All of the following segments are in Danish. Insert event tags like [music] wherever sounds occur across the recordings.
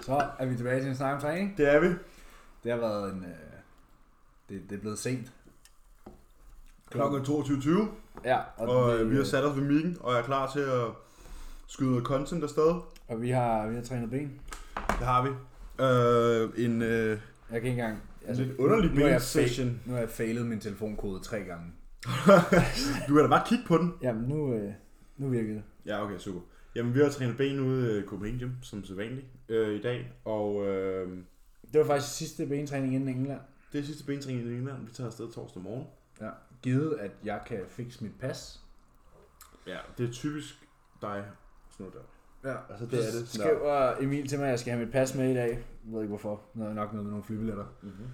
Så er vi tilbage til en snak om træning. Det er vi. Det har været en... Øh, det, det er blevet sent. Klokken er 22.20, Ja, og øh, vi har sat os ved mikken, og jeg er klar til at skyde noget content afsted. og vi har, vi har trænet ben. Det har vi. Øh, en, øh, Jeg kan ikke engang... lidt underlig nu har jeg ben-session. fa- Nu har jeg failet min telefonkode tre gange. [laughs] du kan da bare kigge på den. Jamen, nu, øh, nu virker det. Ja, okay, super. Jamen, vi har trænet ben ude i Copenhagen Gym, som sædvanligt, øh, i dag. Og øh, Det var faktisk sidste benetræning inden England. det er sidste bentræning i England. Vi tager afsted torsdag morgen. Ja. Givet, at jeg kan fikse mit pas. Ja, det er typisk dig. Sådan noget der. Ja, altså, det er det. Så skriver Emil til mig, at jeg skal have mit pas med i dag. Jeg ved ikke hvorfor. Nu er jeg nok noget med nogle flybilletter. Mm-hmm.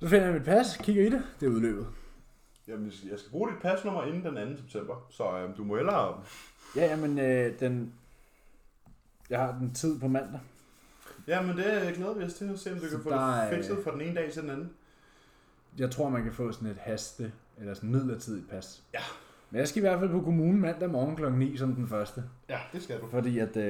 Så finder jeg mit pas, kigger i det. Det er udløbet. Jamen, jeg skal- jeg skal bruge dit pasnummer inden den 2. september, så øh, du må hellere... Ja, jamen, øh, den... Jeg har den tid på mandag. Jamen, det øh, glæder vi os til at se, om du Så kan få der det er- fikset fra den ene dag til den anden. Jeg tror, man kan få sådan et haste, eller sådan midlertidigt pas. Ja. Men jeg skal i hvert fald på kommunen mandag morgen kl. 9 som den første. Ja, det skal du. Fordi at, øh,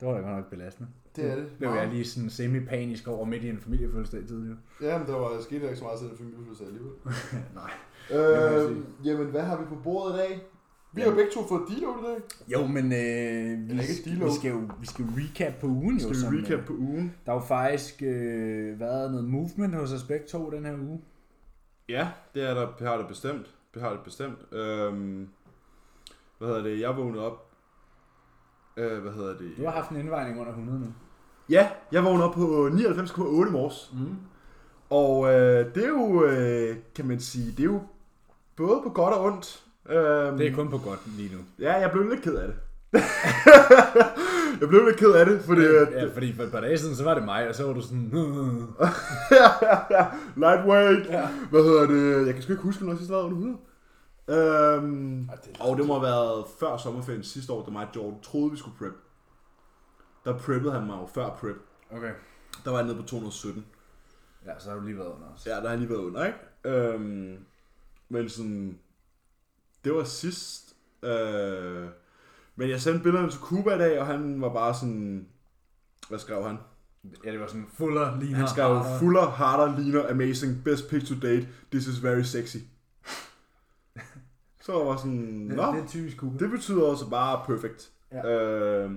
det var da godt nok belastende. Det er det. Blev jeg lige sådan semi-panisk over midt i en familiefødselsdag tidligere. Jamen, der var sket ikke så meget til den familiefødselsdag alligevel. [laughs] Nej. Øh, jamen, hvad har vi på bordet i dag? Vi har jo begge to fået deload i dag. Jo, men øh, vi, Eller ikke vi, deload. skal jo, vi skal jo recap på ugen. Skal jo, som, vi øh, recap på ugen? Der har jo faktisk øh, været noget movement hos os begge to den her uge. Ja, det er der, har det bestemt. Det har det bestemt. Øhm, hvad hedder det? Jeg vågnede op... Øh, hvad hedder det? Du har haft en indvejning under 100 nu. Ja, jeg vågnede op på 99,8 i morges. Mm. Og øh, det er jo, øh, kan man sige, det er jo både på godt og ondt. Øhm, Det er kun på godt lige nu. Ja, jeg blev lidt ked af det. [laughs] jeg blev lidt ked af det, fordi... Øh, Ja, fordi for et par dage siden, så var det mig, og så var du sådan... "Hm." [laughs] lightweight. Ja. Ja. Hvad hedder det? Jeg kan sgu ikke huske, når jeg sidst var under 100. Øhm, Ej, det er og det må have været før sommerferien sidste år, da mig og Jordan troede, vi skulle prep. Der preppede han mig jo før prep. Okay. Der var jeg nede på 217. Ja, så har du lige været under os. Ja, der har jeg lige været under, ikke? Øhm, men sådan... Det var sidst... Øh, men jeg sendte billederne til Kuba i dag, og han var bare sådan... Hvad skrev han? Ja, det var sådan fuller ligner. Han skrev Fuller, harder, leaner, amazing, best pick to date, this is very sexy. Så jeg var sådan, Det, nå, det er typisk Kuba. det betyder også bare perfect. Ja. Øh,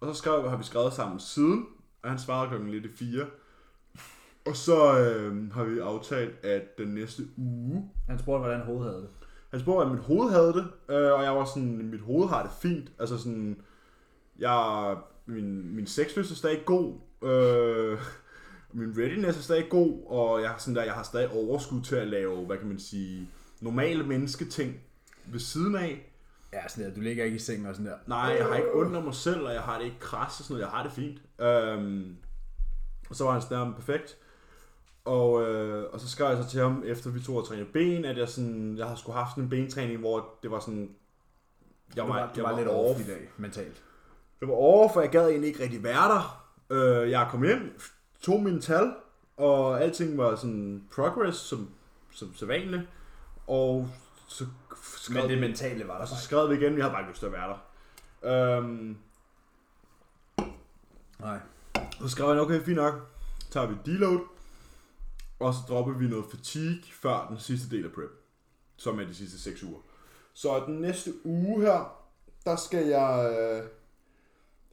og så skrev, har vi skrevet sammen siden, og han svarede klokken lidt i fire. Og så øh, har vi aftalt, at den næste uge, Han spurgte, hvordan hovedet havde det. han spurgte, at mit hoved havde det, øh, og jeg var sådan, mit hoved har det fint, altså sådan, jeg, min, min sexlyst er stadig god, øh, min readiness er stadig god, og jeg, har sådan der, jeg har stadig overskud til at lave, hvad kan man sige, normale mennesketing ved siden af. Ja, sådan der, du ligger ikke i sengen og sådan der. Nej, jeg har ikke ondt af mig selv, og jeg har det ikke kras og sådan noget, jeg har det fint. Øhm, og så var han sådan der, perfekt. Og, øh, og så skrev jeg så til ham, efter vi to har trænet ben, at jeg, sådan, jeg har skulle haft sådan en bentræning, hvor det var sådan... Jeg Du var, du var, lidt off i dag, mentalt. det var over, for jeg gad egentlig ikke rigtig være der. Øh, jeg kom hjem, tog mine tal, og alting var sådan progress, som, som sædvanligt. Og så skrev, vi, mentale var og så skrev vi igen, vi havde bare ikke lyst til at være der. Øhm, Nej. så skrev han, okay, fint nok, så tager vi deload, og så dropper vi noget fatigue før den sidste del af prep, som er de sidste 6 uger. Så den næste uge her, der skal jeg øh,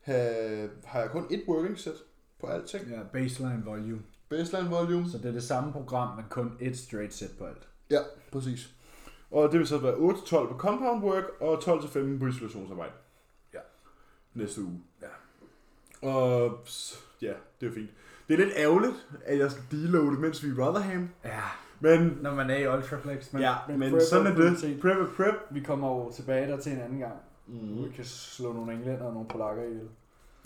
have, har jeg kun et working set på alting. Ja, baseline volume. Baseline volume. Så det er det samme program, men kun et straight set på alt. Ja, præcis. Og det vil så være 8-12 på compound work, og 12-15 på isolationsarbejde. Ja. Næste uge. Ja. Og s- ja, det er fint. Det er lidt ærgerligt, at jeg skal deloade, mens vi er i Rotherham. Ja, Men når man er i Ultraflex. Men, ja, men, men sådan er det. Prep er prep. Vi kommer over tilbage der til en anden gang. Vi kan slå nogle englænder og nogle polakker ihjel.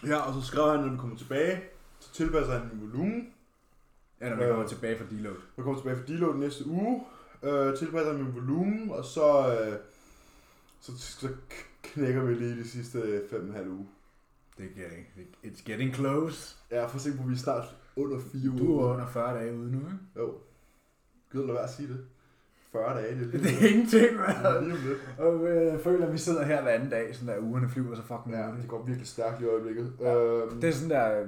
Ja, og så skrev han, når vi kommer tilbage, så tilpasser han min volumen. Ja, når vi kommer tilbage fra deload. Jeg kommer tilbage for deload næste uge, øh, tilpasser han min volumen, og så, øh, så, så k- knækker vi lige de sidste 5,5 uge. Det giver ikke. It's getting close. Ja, for at se på, vi er snart under 4 uger. Du er under 40 dage ude nu, ikke? Jo. Gud, lad være at sige det. 40 dage, det er lige, [laughs] Det er ingenting, det er mand. lige om lidt. Og øh, jeg føler, at vi sidder her hver anden dag, sådan der ugerne flyver så fucking Ja, hurtigt. det går virkelig stærkt i øjeblikket. Øhm, Det er sådan der,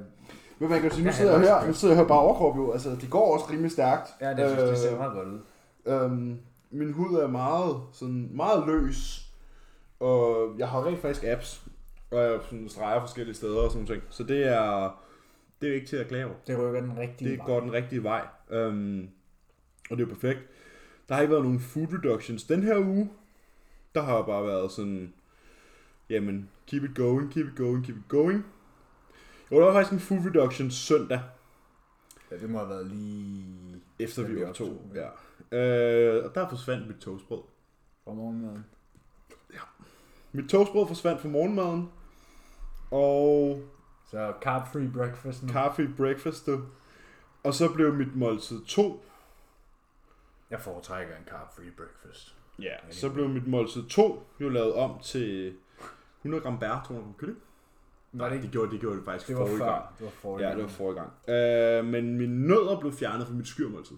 Men man kan jo sige, nu Ja, sidder jeg han er her, også nu sidder jeg her bare overkrop jo. Altså, det går også rimelig stærkt. Ja, det synes, øh, det ser meget godt ud. Øhm, min hud er meget, sådan meget løs, og jeg har rent faktisk apps, og jeg sådan streger forskellige steder og sådan noget. Så det er, det er jo ikke til at klage over. Det rykker den rigtige Det går den rigtige vej, øhm, og det er jo perfekt. Der har ikke været nogen food reductions den her uge. Der har bare været sådan, jamen, keep it going, keep it going, keep it going. Jo, der var faktisk en food reduction søndag, Ja, det må have været lige... efter Da vi vi optog. optog, Ja. Øh, og der forsvandt mit toastbrød. Fra morgenmaden. Mit toastbrød forsvandt fra morgenmaden. Og Så carb-free breakfast nu. kaffe i breakfast, du. Og så blev mit måltid 2. Jeg foretrækker en carb-free breakfast. Ja, så blev mit måltid 2 jo lavet om til 100 gram bær, 200 gram kylling. Var det Det ikke? gjorde det, gjorde det faktisk Det var forrige gang. før. Det var forrige Ja, gang. det var forrige gang. Øh, men mine nødder blev fjernet fra mit skyrmåltid.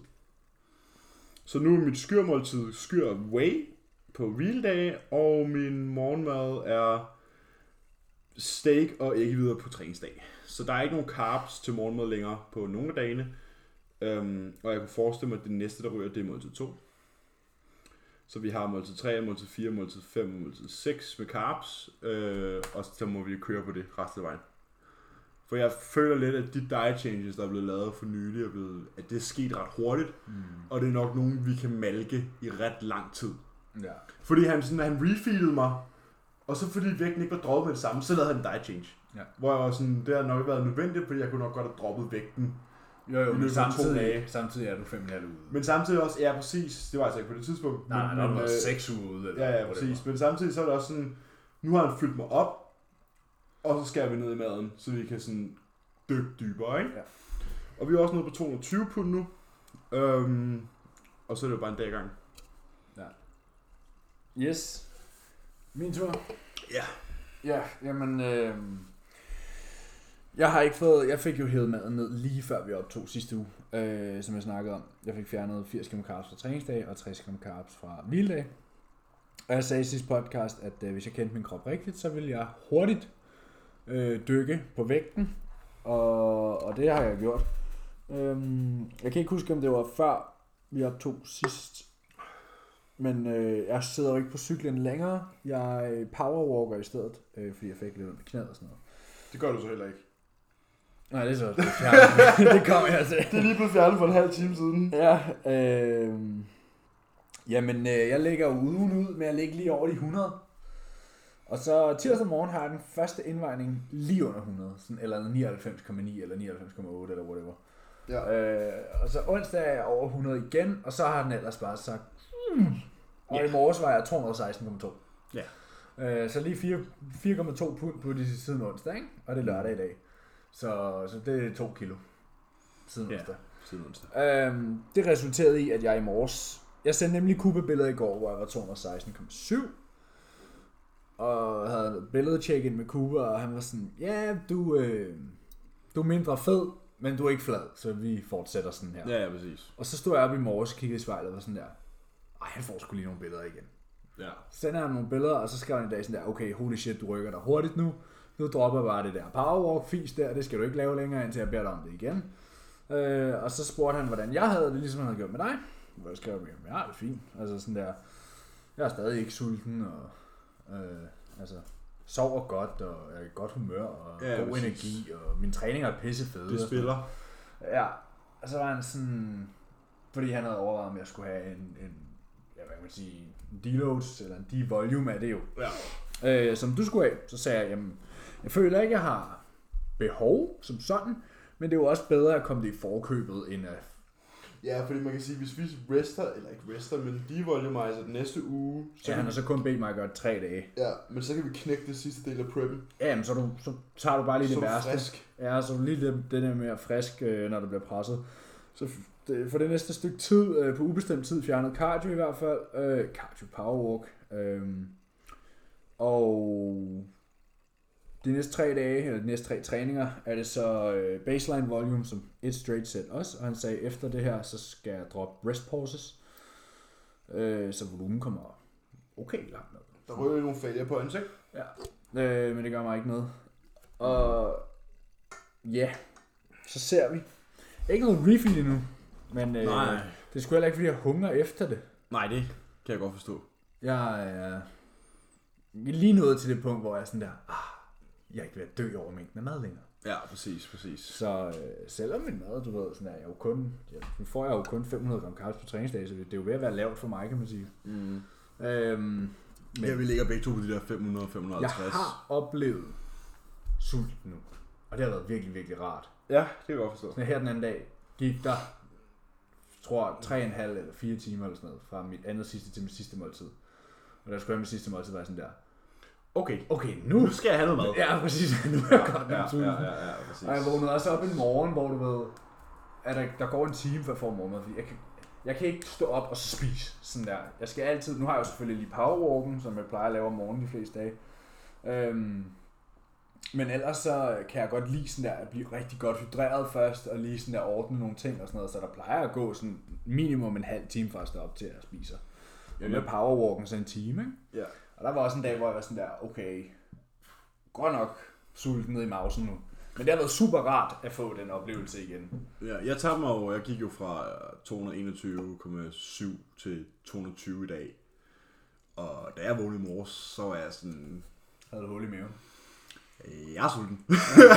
Så nu er mit skyrmåltid skyr whey på hviledage, og min morgenmad er steak og ikke videre på træningsdag. Så der er ikke nogen carbs til morgenmad længere på nogle af dagene. Øhm, og jeg kunne forestille mig, at det næste, der ryger, det er måltid 2. Så vi har måltid 3, måltid 4, måltid 5 og måltid 6 med carbs. Øh, og så må vi køre på det resten af vejen. For jeg føler lidt, at de diet changes, der er blevet lavet for nylig, er blevet, at det er sket ret hurtigt. Mm. Og det er nok nogen, vi kan malke i ret lang tid. Ja. Fordi han, sådan, han refeedede mig, og så fordi vægten ikke var droppet med det samme, så lavede han en diet change. Ja. Hvor jeg var sådan, det har nok været nødvendigt, fordi jeg kunne nok godt have droppet vægten. Jo, jo, I løbet men af to dage. samtidig, samtidig er du 5,5 ude. Men samtidig også, ja præcis, det var altså ikke på det tidspunkt. nej, nej, men, der men, var øh, 6 uger ude. Eller Ja, ja, whatever. præcis. Men samtidig så er det også sådan, nu har han fyldt mig op, og så skærer vi ned i maden, så vi kan sådan dykke dybere, ikke? Ja. Og vi er også nede på 220 pund nu. Øhm, og så er det jo bare en dag i gang. Yes. Min tur. Ja. Ja, jamen... Øh, Jeg har ikke fået, jeg fik jo hævet maden ned lige før vi optog sidste uge, øh, som jeg snakkede om. Jeg fik fjernet 80 gram carbs fra træningsdag og 60 gram carbs fra hviledag. Og jeg sagde i sidste podcast, at øh, hvis jeg kendte min krop rigtigt, så ville jeg hurtigt øh, dykke på vægten. Og, og det har jeg gjort. øhm, jeg kan ikke huske, om det var før vi optog sidst. Men øh, jeg sidder jo ikke på cyklen længere. Jeg øh, powerwalker i stedet, øh, fordi jeg fik lidt ondt i knæet og sådan noget. Det gør du så heller ikke. Nej, det er så det, er fjernet. [laughs] det kommer jeg til. Det er lige blevet fjernet for en halv time siden. Ja, øh, jamen øh, jeg ligger jo ugen ud med at ligge lige over de 100. Og så tirsdag morgen har jeg den første indvejning lige under 100, sådan, eller 99,9 eller 99,8 eller whatever. Ja. Øh, og så onsdag er jeg over 100 igen, og så har den ellers bare sagt... Og i morges var jeg 216,2. Ja. Øh, så lige fire- 4,2 pund på det siden onsdag, ikke? og det er lørdag i dag. Så, så det er 2 kilo siden Ja. onsdag. Siden onsdag. Øhm, det resulterede i, at jeg i morges... Jeg sendte nemlig kuppebilleder i går, hvor jeg var 216,7. Og havde et billedcheck ind med Kuba, og han var sådan, ja, yeah, du, øh, du er mindre fed, men du er ikke flad, så vi fortsætter sådan her. Ja, ja, præcis. Og så stod jeg op i morges, kiggede i spejlet og var sådan der, ej, han får sgu lige nogle billeder igen. Ja. Så sender han nogle billeder, og så skrev han i dag sådan der, okay, holy shit, du rykker dig hurtigt nu. Nu dropper jeg bare det der powerwalk fis der, det skal du ikke lave længere, indtil jeg beder dig om det igen. Øh, og så spurgte han, hvordan jeg havde det, ligesom han havde gjort med dig. Hvor jeg skrev, jamen, jeg har det fint. Altså sådan der, jeg er stadig ikke sulten, og øh, altså, sover godt, og jeg er i godt humør, og Ja, god præcis. energi, og min træning er pissefed. Det spiller. Ja, og så var han sådan, fordi han havde overvejet, om jeg skulle have en, en ja, hvad kan man sige, en deloads, eller en de-volume er det jo, Ja. øh, som du skulle have. Så sagde jeg, jamen, jeg føler ikke, jeg har behov som sådan, men det er jo også bedre at komme det i forkøbet, end at... Ja, fordi man kan sige, hvis vi rester, eller ikke rester, men devolumizer den næste uge, så, Så ja, han kan, har så kun bedt mig at gøre det tre dage. ja, men så kan vi knække det sidste del af preppen. Jamen, så, er du, så tager du bare lige så det er du værste. frisk. Ja, så lige det, det der med at frisk, øh, når du bliver presset. Så f- det, for det næste stykke tid, øh, på ubestemt tid, fjernet cardio i hvert fald. Øh, cardio powerwalk. Øh, og de næste tre dage, eller de næste tre træninger, er det så øh, baseline volume som et straight set også. Og han sagde, efter det her, så skal jeg droppe rest pauses. Øh, så volumen kommer okay langt ned. Der ryger nogle failure på ansigt. Øh, men det gør mig ikke noget. Og ja, Så ser vi. Ikke noget refill endnu, men øh, Nej. det er sgu heller ikke, fordi jeg hungrer efter det. Nej, det kan jeg godt forstå. Jeg er lige nået til det punkt, hvor jeg er sådan der, ah, jeg er ikke ved at dø over mængden af mad længere. Ja, præcis, præcis. Så øh, selvom min mad, du ved, sådan er jeg jo kun, ja, nu får jeg jo kun 500 gram carbs på træningsdag, så det er jo ved at være lavt for mig, kan man sige. Mm. Øhm, Men ja, vi ligger begge to på de der 500 jeg 550. har oplevet sult nu, og det har været virkelig, virkelig rart. Ja, det kan jeg godt forstå. Sådan her den anden dag gik der, tror jeg, 3,5 eller 4 timer eller sådan noget, fra mit andet sidste til mit sidste måltid. Og der skulle jeg have mit sidste måltid, var jeg sådan der, Okay, okay, nu nu skal jeg have noget mad. Ja, præcis. [laughs] Nu er jeg godt ja, nok sulten. ja, ja, ja, præcis. Og jeg vågnede også op en morgen, hvor du ved, at der, der går en time, før jeg får morgenmad, fordi jeg kan, jeg kan ikke stå op og spise sådan der. Jeg skal altid, nu har jeg jo selvfølgelig lige powerwalken, som jeg plejer at lave om morgenen de fleste dage. Øhm, men ellers så kan jeg godt lide sådan der, at blive rigtig godt hydreret først, og lige sådan der ordne nogle ting og sådan noget, så der plejer at gå sådan minimum en halv time fra at stå op til at jeg spiser. Og med powerwalken så en time, ikke? Ja. Og der var også en dag, hvor jeg var sådan der, okay, godt nok sulten ned i mausen nu. Men det har været super rart at få den oplevelse igen. Ja, jeg tager mig jo, jeg gik jo fra øh, 221,7 til 220 i dag. Og da jeg vågnede i morges, så var jeg sådan, Havde du hul i maven. øh, jeg er sulten.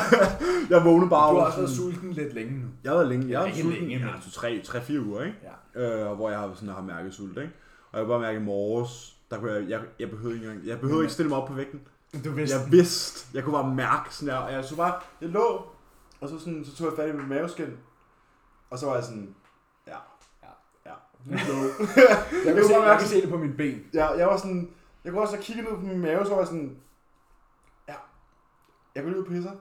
[laughs] jeg vågnede bare Du har over også været sådan- sulten lidt længe nu. Jeg har været længe, jeg har ikke været sulten længe, i men- ja, 3 tre, fire uger, ikke? Ja. Øh, og hvor jeg har, sådan, har mærket sult, ikke? Og jeg kunne bare mærke i morges, der kunne jeg, jeg, jeg behøvede ikke, engang- jeg behøvede ikke stille mig op på vægten. Du vidste. Jeg vidste, jeg kunne bare mærke sådan der, og jeg så bare, jeg lå, og så, sådan, så tog jeg fat i min maveskin, og så var jeg sådan, ja, Ja. ja, [laughs] Jeg, kunne kan se, bare jeg mærke- kan se det på mine ben. jeg, jeg var sådan, jeg kunne også have kigget ned på min mave, så var jeg sådan, ja, jeg går lige ud og pisser,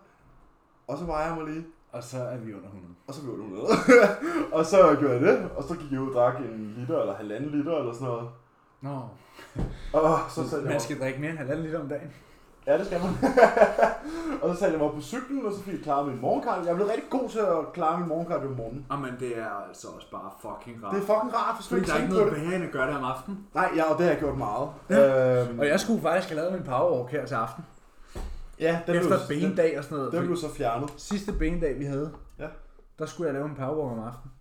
og så vejer jeg mig lige, Og så er vi under 100. og så blev det 100. [laughs] og så gjorde jeg det, og så gik jeg ud og drak en liter eller halvanden liter eller sådan noget. Nå, Og så satte jeg man mig, skal drikke mere end halvanden liter om dagen. ja, det skal man. [laughs] og så satte jeg mig op på cyklen, og så fik jeg klaret min morgenkardio. Jeg blev rigtig god til at klare min morgenkardio om morgenen. Og men det er altså også bare fucking rart. Det er fucking rart, hvis du fordi ikke der er ikke tænker noget på det. behag end at gøre det om aftenen. Nej, ja, og det har jeg gjort meget. Øhm, Og jeg skulle faktisk have lavet min powerwalk her til aften. ja, den Efter blev, den, bendag og sådan noget. den fordi- blev så fjernet. sidste benedag, vi havde, Ja. der skulle jeg lave en powerwalk om aftenen.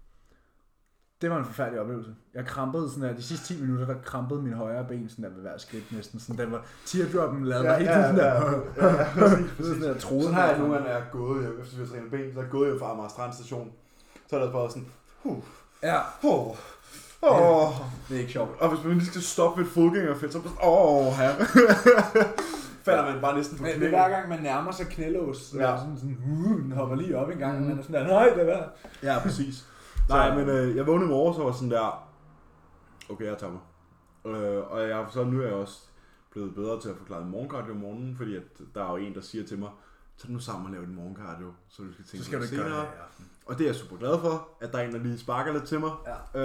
Det var en forfærdelig oplevelse. Jeg krampede sådan der, de sidste 10 minutter, der krampede min højre ben sådan der ved hver skridt næsten. Sådan den var, teardroppen lavede ja, mig helt ja, sådan der. Ja, ja. ja, ja, [laughs] præcis, Sådan præcis. der troede Sådan har jeg nogle gange, når jeg er gået hjem, efter vi har trænet ben, så er jeg gået hjem fra Amager Strand station. Så er der bare sådan, huh, ja, huh, Åh. det er ikke sjovt. Og hvis man lige skal stoppe ved et fodgængerfelt, så er man sådan, åh, [laughs] her. Falder man bare næsten på Men knæ. det er hver gang, man nærmer sig knælås, så Ja. ja. sådan, sådan, uh, den hopper lige op en gang, og man er sådan der, nej, det er værd. Ja, [laughs] præcis. Nej, men øh, jeg vågnede i morges og var sådan der, okay, jeg tager mig. Øh, og jeg, så nu er jeg også blevet bedre til at forklare min morgenkardio om morgenen, fordi at der er jo en, der siger til mig, tag dig nu sammen og lav din morgenkardio, så du skal tænke Så skal på du det ikke gøre det senere." her i aften. Og det er jeg super glad for, at der er en, der lige sparker lidt til mig. Ja.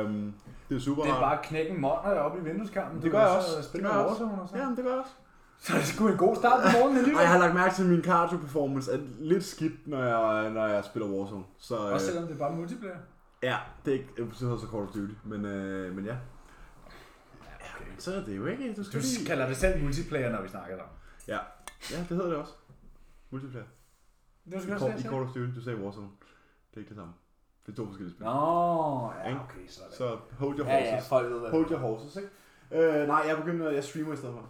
Øhm, det er super Det er rart. bare at knække en måneder oppe i vindueskampen. Det gør jeg også. Så Det spiller gør jeg også. Warzone og så. Jamen, det gør jeg også. Så er det sgu en god start på morgenen [laughs] Ej, jeg alligevel. har lagt mærke til, at min cardio performance er lidt skidt, når jeg, når jeg spiller Warzone. Så, øh, Også selvom det er bare multiplayer. ja, det er ikke det hedder så Call of Duty, men, øh, men ja. Ja, men så er det jo ikke, du Du skal lige... kalder det selv multiplayer, når vi snakker om. Ja. ja, det hedder det også. Multiplayer. Du I, Call, I Call of Duty, du sagde Warzone. Det er ikke det samme. Det er to forskellige spil. Nå, Ikke? ja, okay, sådan. Så, Så hold your ja, ja, horses. folk ved hvad. Hold your horses, ikke? Øh, nej, jeg begynder, jeg streamer i stedet for.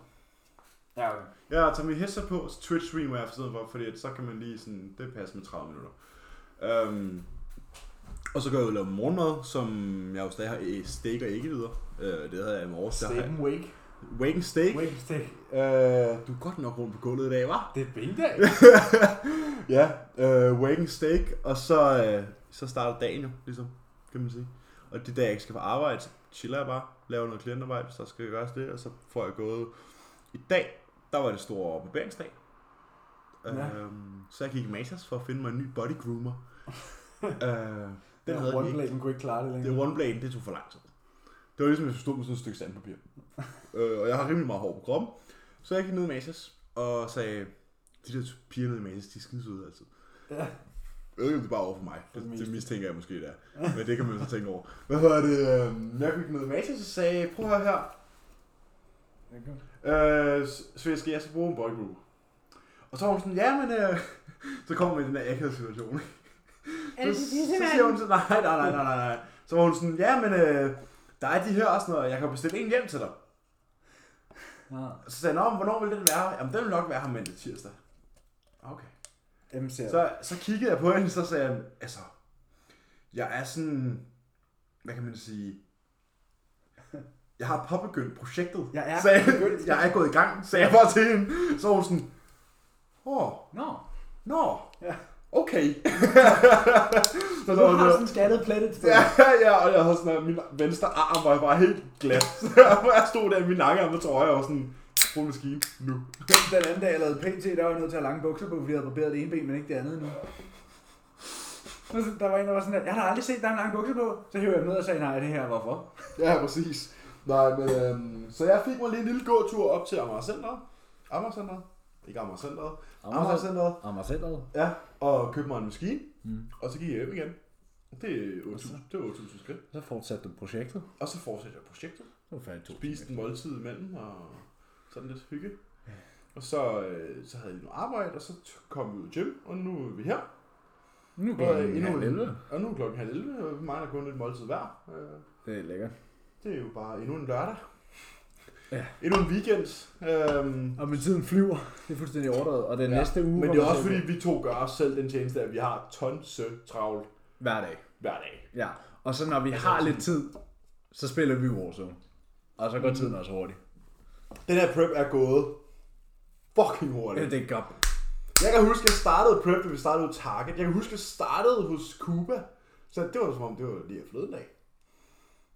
Ja, okay. Jeg tager min headset på, og så Twitch streamer jeg for stedet for, fordi at så kan man lige sådan, det passer med 30 minutter. Øhm, og så går jeg ud og laver morgenmad, som jeg jo stadig har øh, steak og ikke videre. Øh, det havde jeg i morges. Steak and wake. Wake and steak. Wake and steak. Øh, du er godt nok rundt på gulvet i dag, [laughs] hva'? Det er benedag. Ja, øh, wake and steak, og så, øh, så starter dagen jo, ligesom, kan man sige. Og det dag, jeg ikke skal på arbejde, så chiller jeg bare, laver noget klientarbejde, hvis der skal gøres det, og så får jeg gået. I dag, der var det store barberingsdag. Ja. Øhm, så jeg gik i Matas for at finde mig en ny body groomer. øh, den Den havde one de ikke. blade, den kunne ikke klare det længere. Det one blade, det tog for lang tid. Det var ligesom, hvis jeg stod med sådan et stykke sandpapir. øh, og jeg har rimelig meget hår på kroppen. Så jeg gik ned i Matas og sagde, de der piger nede i Matas, de er skidesøde altid. Ja. Jeg ved ikke, om det er bare over for mig. Det, Det det meste. mistænker jeg måske, det er. Men det kan man jo så tænke over. Hvad hedder det? øhm, Jeg gik ned i Matas og sagde, prøv at høre her. Øh, Svend, skal jeg så [laughs] bruge en boygroup? Og så var hun sådan, ja, men... Øh, så kommer vi i den her akavede situation. så, alle de så pisse siger hun så, nej, nej, nej, nej, nej, nej. Så var hun sådan, ja, men øh, der er de her og sådan noget, jeg kan bestille en hjem til dig. Ah. Så sagde jeg, nå, men hvornår vil den være? Jamen, den vil nok være her mandag tirsdag. Okay. Dem ser så. Så, så kiggede jeg på hende, så sagde jeg, altså, jeg er sådan, hvad kan man sige, jeg har påbegyndt projektet. Jeg er sagde, påbegyndt. jeg er gået i gang, sagde jeg bare til hende. Så var hun sådan, åh, Nå, nå, Ja. [laughs] okay. så du der var har det, sådan en skattet plet et sted. ja, ja, og jeg havde sådan, at min venstre arm var bare helt glat. [laughs] Så jeg stod der i min nakke med trøje og var sådan, brug en maskine nu. Den, den anden dag, jeg lavede PT, der var jeg nødt til at have lange bukser på, fordi jeg havde barberet det ene ben, men ikke det andet endnu. Og så- Der var en, der var sådan, at jeg har da aldrig set dig med lange bukser på. Så hævde jeg dem ned og sagde, nej, det her, hvorfor? Ja, præcis. Nej, men, øhm, så jeg fik mig lige en lille gåtur op til Amager Centeret. Amager Centeret? Ikke Amager Centeret. Amager Centeret. Amager Ja, og købte mig en maskine. Mm. Og så gik jeg hjem igen. Det er 8.000, det var 8.000 skridt. Så fortsatte du projektet. Og så fortsatte jeg projektet. Så var færdig to. Spiste en måltid imellem og sådan lidt hygge. Og så, øh, så havde jeg noget arbejde, og så t- kom vi ud i gym, og nu er vi her. Nu går Og, det øh, endnu endnu en, 11. og nu er klokken halv 11, og vi mangler kun et måltid hver. Øh, Det er lækkert. Det er jo bare endnu en lørdag. Ja. Endnu en weekend. Øhm, Og men tiden flyver. Det er fuldstændig overdrevet. Og den Ja, ja. næste uge... Men det kommer er også til at fordi, vi to gør os selv den tjeneste, at vi har tonse travlt gå- Hver dag. Altså, hver dag. Ja. Og så når vi har lidt tid, så spiller vi Warzone. Og så går Mm. tiden også hurtigt. Den her prep er gået fucking hurtigt. Det er godt. Jeg kan huske, at jeg startede prep, da vi startede hos Target. Jeg kan huske, at jeg startede hos Cuba. Så det var som om, det var lige af fløden dag.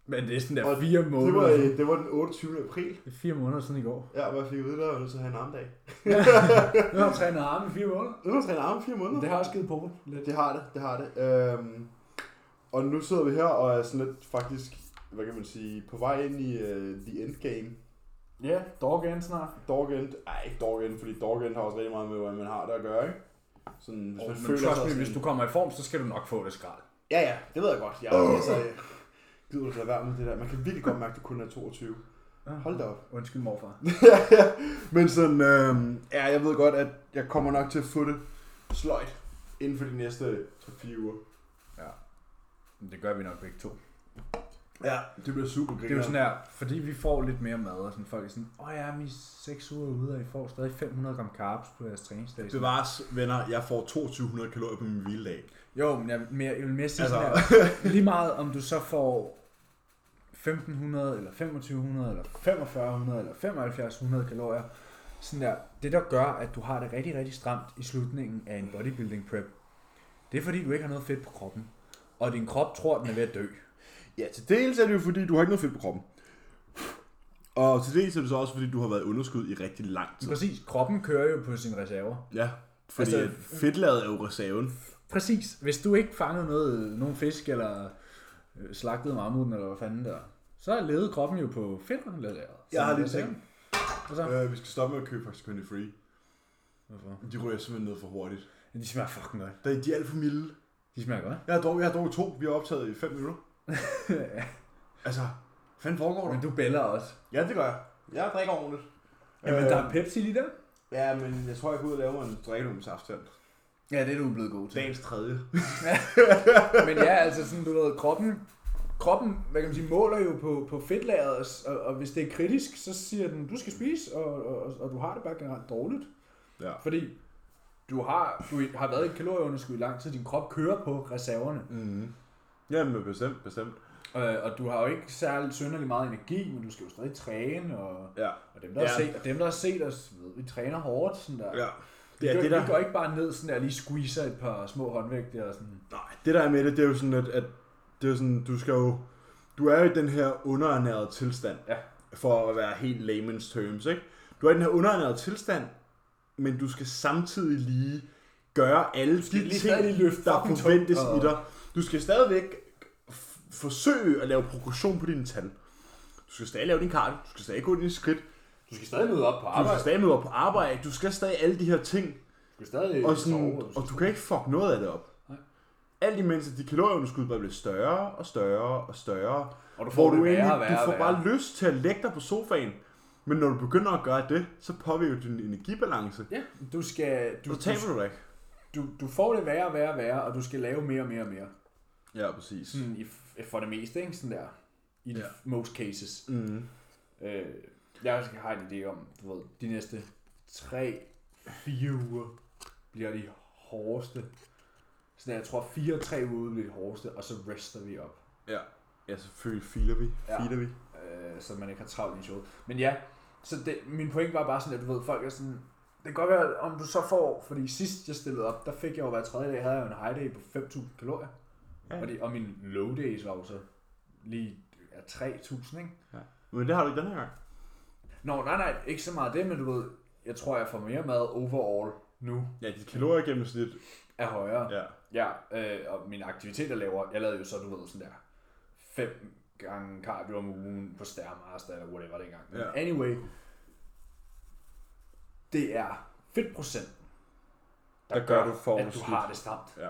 Men det er sådan der Og fire Det måneder. var, siden. øh, det var den 28. april. Det er fire måneder siden i går. Ja, og jeg fik ud, der var jeg nødt til at have en armdag. Nu har jeg trænet arme i fire måneder. Nu har jeg trænet arme i fire måneder. Det har også givet på mig lidt. Det har det, det har det. Øhm, og nu sidder vi her og er sådan lidt faktisk, hvad kan man sige, på vej ind i uh, the endgame. Ja, dog igen snart. Dog end, ej ikke dog end, fordi dog end har også rigtig meget med, hvad man har der at gøre, ikke? Sådan, hvis Oh, man men føler trust sig me, sådan- hvis du kommer i form, så skal du nok få det skrald. Ja, ja, det ved jeg godt. Jeg er altså, øh, gider du lade være med det der. Man kan virkelig godt mærke, at du kun er 22. Hold da [laughs] op. Undskyld, morfar. Men sådan, øh, ja, jeg ved godt, at jeg kommer nok til at få det sløjt inden for de næste 3-4 uger. Men Det gør vi nok begge to. Ja, det bliver super Det er jo sådan her, fordi vi får lidt mere mad, og sådan folk er sådan, åh ja, vi er 6 uger ude, og I får stadig 500 gram carbs på jeres træningsdag. Bevares, venner. Jeg får 2200 kalorier på min hviledag. Jo, men jeg vil mere, jeg vil mere sige Altså. altså. sådan her, lige meget om du så får 1500, eller 2500, eller 4500, eller 7500 kalorier, sådan der, det der gør, at du har det rigtig, rigtig stramt i slutningen af en bodybuilding prep, det er fordi, du ikke har noget fedt på kroppen, og din krop tror, den er ved at dø. Ja, til dels er det jo fordi, du har ikke noget fedt på kroppen. Og til dels er det så også fordi, du har været i underskud i rigtig lang tid. Præcis, kroppen kører jo på sine reserver. Ja, fordi Altså- altså, fedtlaget er jo reserven. Præcis. Hvis du ikke fangede noget, nogen fisk, eller øh, slagtede mammuten, eller hvad fanden der, så levede kroppen jo på fedtreserveret. Jeg har lige Sådan, tænkt. Og så, Øh, vi skal stoppe med at købe faktisk Candy Free. hvorfor? De ryger simpelthen ned for hurtigt. De smager fucking godt. De, de er alt for milde. De smager godt. Jeg har drukket, jeg har drukket to, vi har optaget i 5 minutter. altså, hvad fanden foregår der? Men du bæller også. Øh, Ja, det gør jeg. Jeg drikker ordentligt. Øh, Jamen, der er Pepsi lige der. Ja, men jeg tror, jeg går ud og laver en drikkelumsaft her. Ja, det er du blevet god Dagens tredje. Men ja, altså sådan, du ved, kroppen, kroppen, hvad kan man sige, måler jo på, på fedtlageret, og, s- og, og, hvis det er kritisk, så siger den, du skal spise, og, og, og, og du har det bare generelt dårligt. Ja. Fordi du har, du har været i et kalorieunderskud i lang tid, din krop kører på reserverne. Mm. Jamen, bestemt, bestemt. Øh, og du har jo ikke særlig synderlig meget energi, men du skal jo stadig træne, og, Ja. og dem, der ja. har Ja. set, og dem, der har set os, ved, vi træner hårdt, sådan der. Ja. Vi, Det er gør, det, vi der, går ikke bare ned sådan der, lige squeezer et par små håndvægte og sådan. nej, det der er med det, det er jo sådan, at, at det er jo sådan, du skal jo, du er jo i den her underernærede tilstand, Ja. for at være helt layman's terms, ikke? Du er i den her underernærede tilstand, men du skal samtidig lige gøre alle de lige ting, stadig løfte der fucking forventes tungt, i og- dig. Du skal stadigvæk f- forsøge at lave progression på dine tal. Du skal stadig lave din kardio, du skal stadig gå dine skridt, Du skal stadig møde op på du skal stadig møde op på arbejde, du skal stadig alle de her ting, Du skal stadig og, sådan, og du kan ikke fuck noget af det op. Nej. Alt imens at de kalorieunderskud bare bliver større og større og større. og du Hvor du, egentlig, du får bare lyst til at lægge dig på sofaen. Men når du begynder at gøre det, så påvirker du din energibalance. Ja, du skal... Du, Du, så taber du dig ikke. du, du får det værre og værre og værre, og du skal lave mere og mere og mere. Ja, præcis. Sådan i, f- for det meste, ikke? Sådan der. I Ja. yeah. most cases. Mm. Øh, jeg har en idé om, du ved, de næste 3-4 uger bliver de hårdeste. Sådan, jeg tror 4-3 uger bliver de hårdeste, og så rester vi op. Ja. Ja, selvfølgelig filer vi. Ja. Filer vi. øh, så man ikke har travlt i showet. Men ja, så det, min point var bare sådan, at du ved, folk er sådan, det kan godt være, om du så får, fordi sidst jeg stillede op, der fik jeg jo hver tredje dag, havde jeg jo en high day på 5.000 kalorier. Ja. Ja. Og, det, og min low days var jo så lige ja, 3.000, ikke? Men det har du ikke den her gang. Nå, nej, nej, ikke så meget det, men du ved, jeg tror, jeg får mere mad overall nu Ja, dit kaloriegennemsnit. er højere. Ja. Ja, øh, og min aktivitet, jeg laver, jeg lavede jo så, du ved, sådan der, fem gange cardio om ugen på Stairmaster, eller whatever dengang. Men Ja. ja. anyway, det er fedtprocenten, Der gør, du får at du har det stramt. Ja.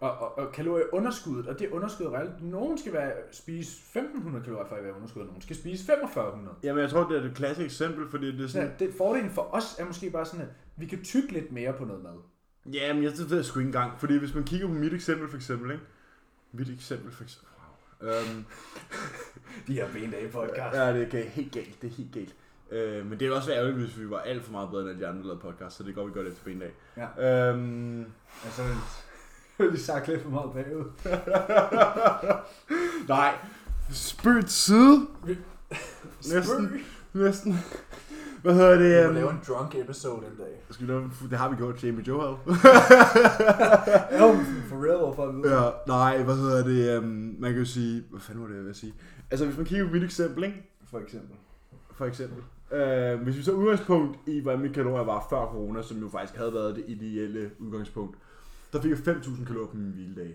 Og, og, og kalorieunderskuddet, og det underskud er reelt, nogen skal være, spise 1.500 kalorier for at være underskud, og nogen skal spise 4.500. Jamen, jeg tror, det er et klassisk eksempel, fordi det er sådan... Så det, fordelen for os er måske bare sådan, at vi kan tykke lidt mere på noget mad. Ja, men jeg, det ved jeg sgu ikke engang. Fordi hvis man kigger på mit eksempel, for eksempel, ikke? Mit eksempel, for eksempel. Wow. Øhm, De her benedage podcast. [laughs] ja, det er helt galt. Det er helt galt. Øh, men det er også ærgerligt, hvis vi var alt for meget bedre end alle de andre, der lavede podcast, så det er godt, vi gør det til en dag. Ja. Øhm, [laughs] Ja, så har de sagt lidt for meget bagud. nej. Spøg til side. Næsten. Spøg. Næsten. Hvad hedder det? øhm, en drunk episode en dag. Skal vi lave, det har vi gjort, Jamie Joe havde. [laughs] Jo, for real, hvorfor at vide. Ja, nej, hvad hedder det? øhm, man kan jo sige, hvad fanden var det, jeg vil sige? Altså, hvis man kigger på mit eksempel, ikke? For eksempel. For eksempel. Øh, hvis vi så udgangspunkt i, hvad mit kalorier var før corona, som jo faktisk havde været det ideelle udgangspunkt, der fik jeg 5.000 kalorier på min hviledag.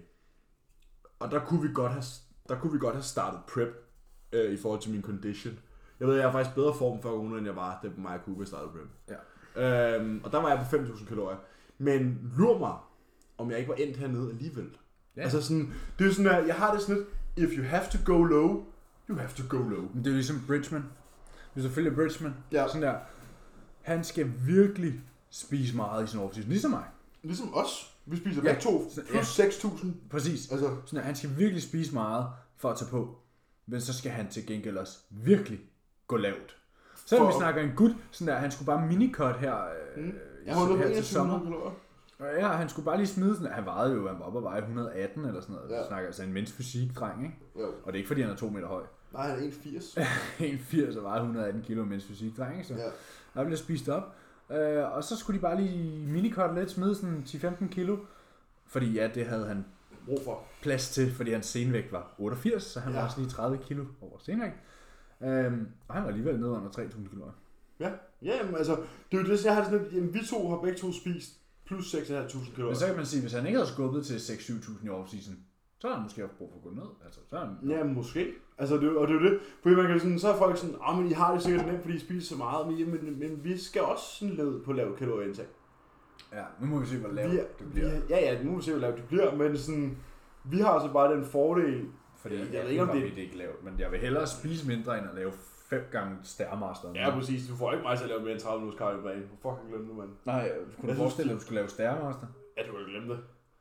Og der kunne vi godt have, der kunne vi godt have startet prep øh, i forhold til min condition. Jeg ved, jeg er faktisk bedre form før corona, end jeg var, da Maja Cooper startede prep. Ja. Øhm, og der var jeg på 5.000 kalorier. Men lur mig, om jeg ikke var endt hernede alligevel. Ja. Ja. Altså sådan, det er jo sådan, at jeg har det sådan lidt, if you have to go low, you have to go low. Men det er jo ligesom Bridgman. Hvis du følger Bridgman, Ja. sådan der, han skal virkelig spise meget i sin off ligesom mig. Ligesom os. Vi spiser Ja. begge to. Så- Plus 6.000. Præcis. Altså, Sådan der, han skal virkelig spise meget for at tage på. Men så skal han til gengæld også virkelig gå lavt. Så For- vi snakker en gut, sådan der, han skulle bare minikot her, øh, mm. jeg holder på her 2100 til sommer. kalorier. Og Ja, han skulle bare lige smide sådan, han vejede jo, han var oppe og veje 118 eller sådan noget. Ja. Ja. Vi snakker altså en mindst fysikdreng, ikke? Jo. Og det er ikke fordi, han er 2 meter høj. [laughs] Nej, han er 1,80. 1,80 og vejer 118 kilo mindst fysikdreng, ikke? Så Ja. der blev spist op. Øh, og så skulle de bare lige minikot lidt, smide sådan 10-15 kilo. Fordi ja, det havde han Brug for. plads til, fordi hans senvægt var 88, så han Ja. var også lige 30 kilo over senvægt. Øhm, og han var alligevel nede under 3.000 kalorier. Ja. Ja, jamen, altså, det er jo det, jeg har det sådan lidt, jamen, vi to har begge to spist plus 6.500 Men kalorier. så kan man sige, hvis han ikke havde skubbet til 6-7.000 i offseason, så har han måske haft brug for at gå ned. Altså, så er han Ja, måske. Altså, det, er jo- og det er jo det. Fordi man kan sådan, så er folk sådan, ah, men I har det sikkert nemt, fordi I spiser så meget. Men, men, men vi skal også sådan lede på lav kalorieindtag. Ja, nu må vi se, hvor lavt Vi, det bliver. Vi, ja, ja, nu må vi se, hvor lavt det bliver. Men sådan, vi har altså bare den fordel, Fordi Jeg jeg, ved ikke, jeg ikke, om om det- det er ikke lavt, men jeg vil hellere spise mindre, end at lave fem gange stærmaster. Ja, præcis. Du får ikke mig til at lave mere end 30 minutters cardio på dagen. Du fucking glemme det, mand. Nej, kunne Jeg du synes, forestille dig, at du skulle lave stærmaster? Ja, du kan glemme det.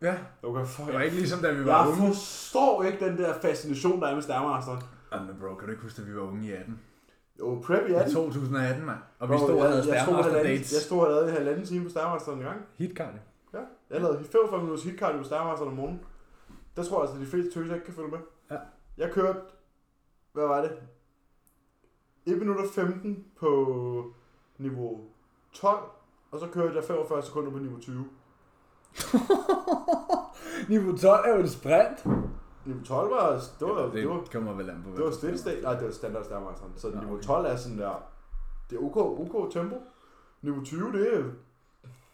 Ja. Du kan for... Det var ikke ligesom, da vi var Jeg unge. forstår ikke den der fascination, der er med Stairmaster. Jamen bro, kan du ikke huske, at vi var unge i 18? Jo, prep i I alt. 2018, mand. Og vi stod og havde jeg, stod stærmaster halvanden, dates. jeg stod og lavede en halvanden time på Stairmaster en gang. Hitkarne. Ja. Jeg lavede 45 minutters hit cardio på Stairmaster om morgenen. Der tror jeg altså, at de fleste tøser ikke kan følge med. Ja. Jeg kørte... Hvad var det? 1 minut og 15 på niveau 12, og så kørte jeg 45 sekunder på niveau 20. Niveau 12 er jo en sprint. Niveau 12 var, det var, Ja, det, det var det kommer vel an på. Det var stillestil. Nej, det var standard stærmarathon. Så Nå, niveau okay. 12 er sådan der... Det er OK, OK tempo. Niveau 20, det er,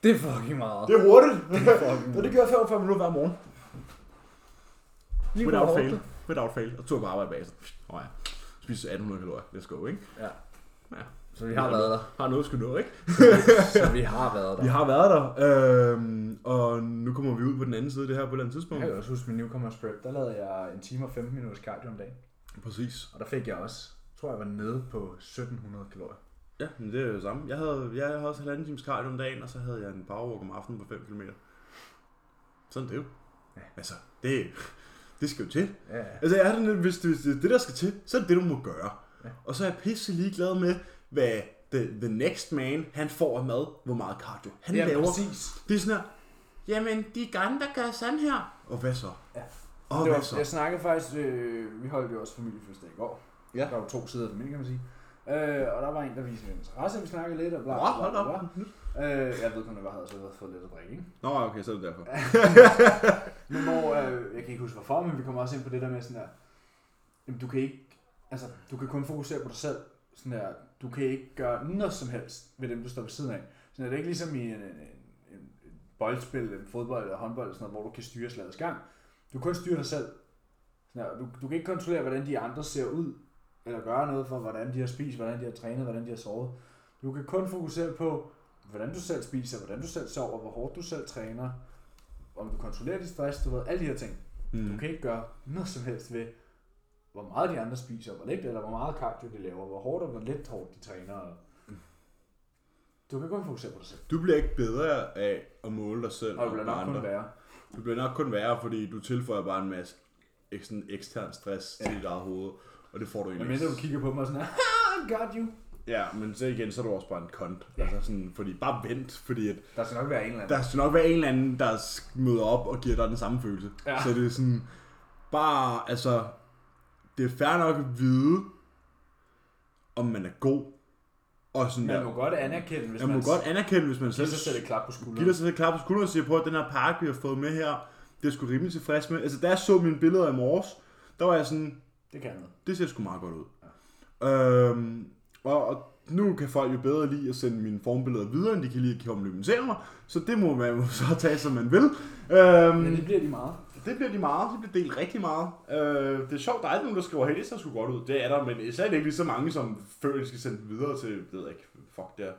Det er fucking meget. det er hurtigt. [laughs] fucking Og det gør jeg 45 minutter hver morgen. Lige på hårdt. Without fail. Og tog på arbejde bagefter. Åh ja. Spiste 1800 kalorier. Let's go, ikke? Ja. Ja. Så vi har været der. Har noget skulle nå, ikke? Så vi har været der. Vi har været der. Øhm, og nu kommer vi ud på den anden side af det her på et eller andet tidspunkt. Jeg kan også huske min newcomer prep, der lavede jeg en time og 15 minutters cardio om dagen. Præcis. Og der fik jeg også, tror jeg var nede på 1700 kalorier. Ja, men det er jo det samme. Jeg havde, jeg havde også halvanden times cardio om dagen, og så havde jeg en powerwalk om aftenen på 5 km. Sådan er det jo. Ja. Altså, det, det skal jo til. Ja, ja. Altså, jeg er det lidt, hvis det, hvis det er det, der skal til, så er det det, du må gøre. Ja. Og så er jeg pisse ligeglad med, hvad the, the next man, han får af mad, hvor meget cardio han Ja, laver. præcis. Det er sådan her, jamen, de gamle, der gør sådan her. Og hvad så? Ja. Og Det hvad var, jeg så? snakkede faktisk, øh, vi holdt jo også familiefødselsdag i går. Ja. Der var to sider af familien, kan man sige. Øh, og der var en, der viste interesse, vi snakkede lidt og bla Nå, bla hold bla. op. bla. Øh, jeg ved kun, at jeg havde så havde fået lidt at drikke, ikke? Nå, okay, så er det derfor. Men hvor, øh, jeg kan ikke huske hvorfor, men vi kommer også ind på det der med sådan der, jamen, du kan ikke, altså, du kan kun fokusere på dig selv. Sådan der, du kan ikke gøre noget som helst ved dem, du står ved siden af. Sådan er det ikke ligesom i en, en, en, en boldspil, en fodbold eller håndbold, eller sådan noget, hvor du kan styre slagets gang. Du kan kun styre dig selv. Sådan der, du, du kan ikke kontrollere, hvordan de andre ser ud, eller gøre noget for, hvordan de har spist, hvordan de har trænet, hvordan de har sovet. Du kan kun fokusere på, hvordan du selv spiser, hvordan du selv sover, hvor hårdt du selv træner, om du kontrollerer dit stress, du ved, alle de her ting. Mm. Du kan ikke gøre noget som helst ved, hvor meget de andre spiser, hvor lidt eller hvor meget cardio de laver, hvor hårdt og hvor lidt hårdt de træner. og- Du kan kun fokusere på dig selv, Du bliver ikke bedre af at måle dig selv og du bliver på nok kun værre. Du bliver nok kun værre, fordi du tilføjer bare en masse ek- sådan ekstern stress ja. til dit eget hoved, og det får du Men egentlig mindre du kigger på mig og sådan her, I got you. Ja, men så igen, så er du også bare en kont. Ja. Ja. Altså sådan, fordi bare vent, fordi at Der skal nok være en eller anden. der skal nok være en eller anden, der sk- møder op og giver dig den samme følelse. Ja. Så det er sådan, bare, altså, det er fair nok at vide, om man er god. Og sådan Man der, må godt anerkende, hvis man må man godt anerkende, hvis man selv... giver sig selv et klap på Giv dig skulderen. selv et klap på skulderen og siger på, at den her pakke, vi har fået med her, det er sgu rimelig tilfreds med. Altså, da jeg så mine billeder i morges, der var jeg sådan, Det kan noget. det ser sgu meget godt ud. Ja. Øhm, og, og nu kan folk jo bedre lide at sende mine formbilleder videre, end de kan lide at komplimentere mig, så det må man jo [laughs] så tage, som man vil. Øhm, Men det bliver de meget. det bliver de meget, det bliver delt rigtig meget. Øh, det er sjovt, der er ikke nogen, der skriver, hey, det ser sgu godt ud. Det er der, men så er det ikke lige så mange, som føler, de skal sende det videre til, jeg ved jeg ikke, fuck det er.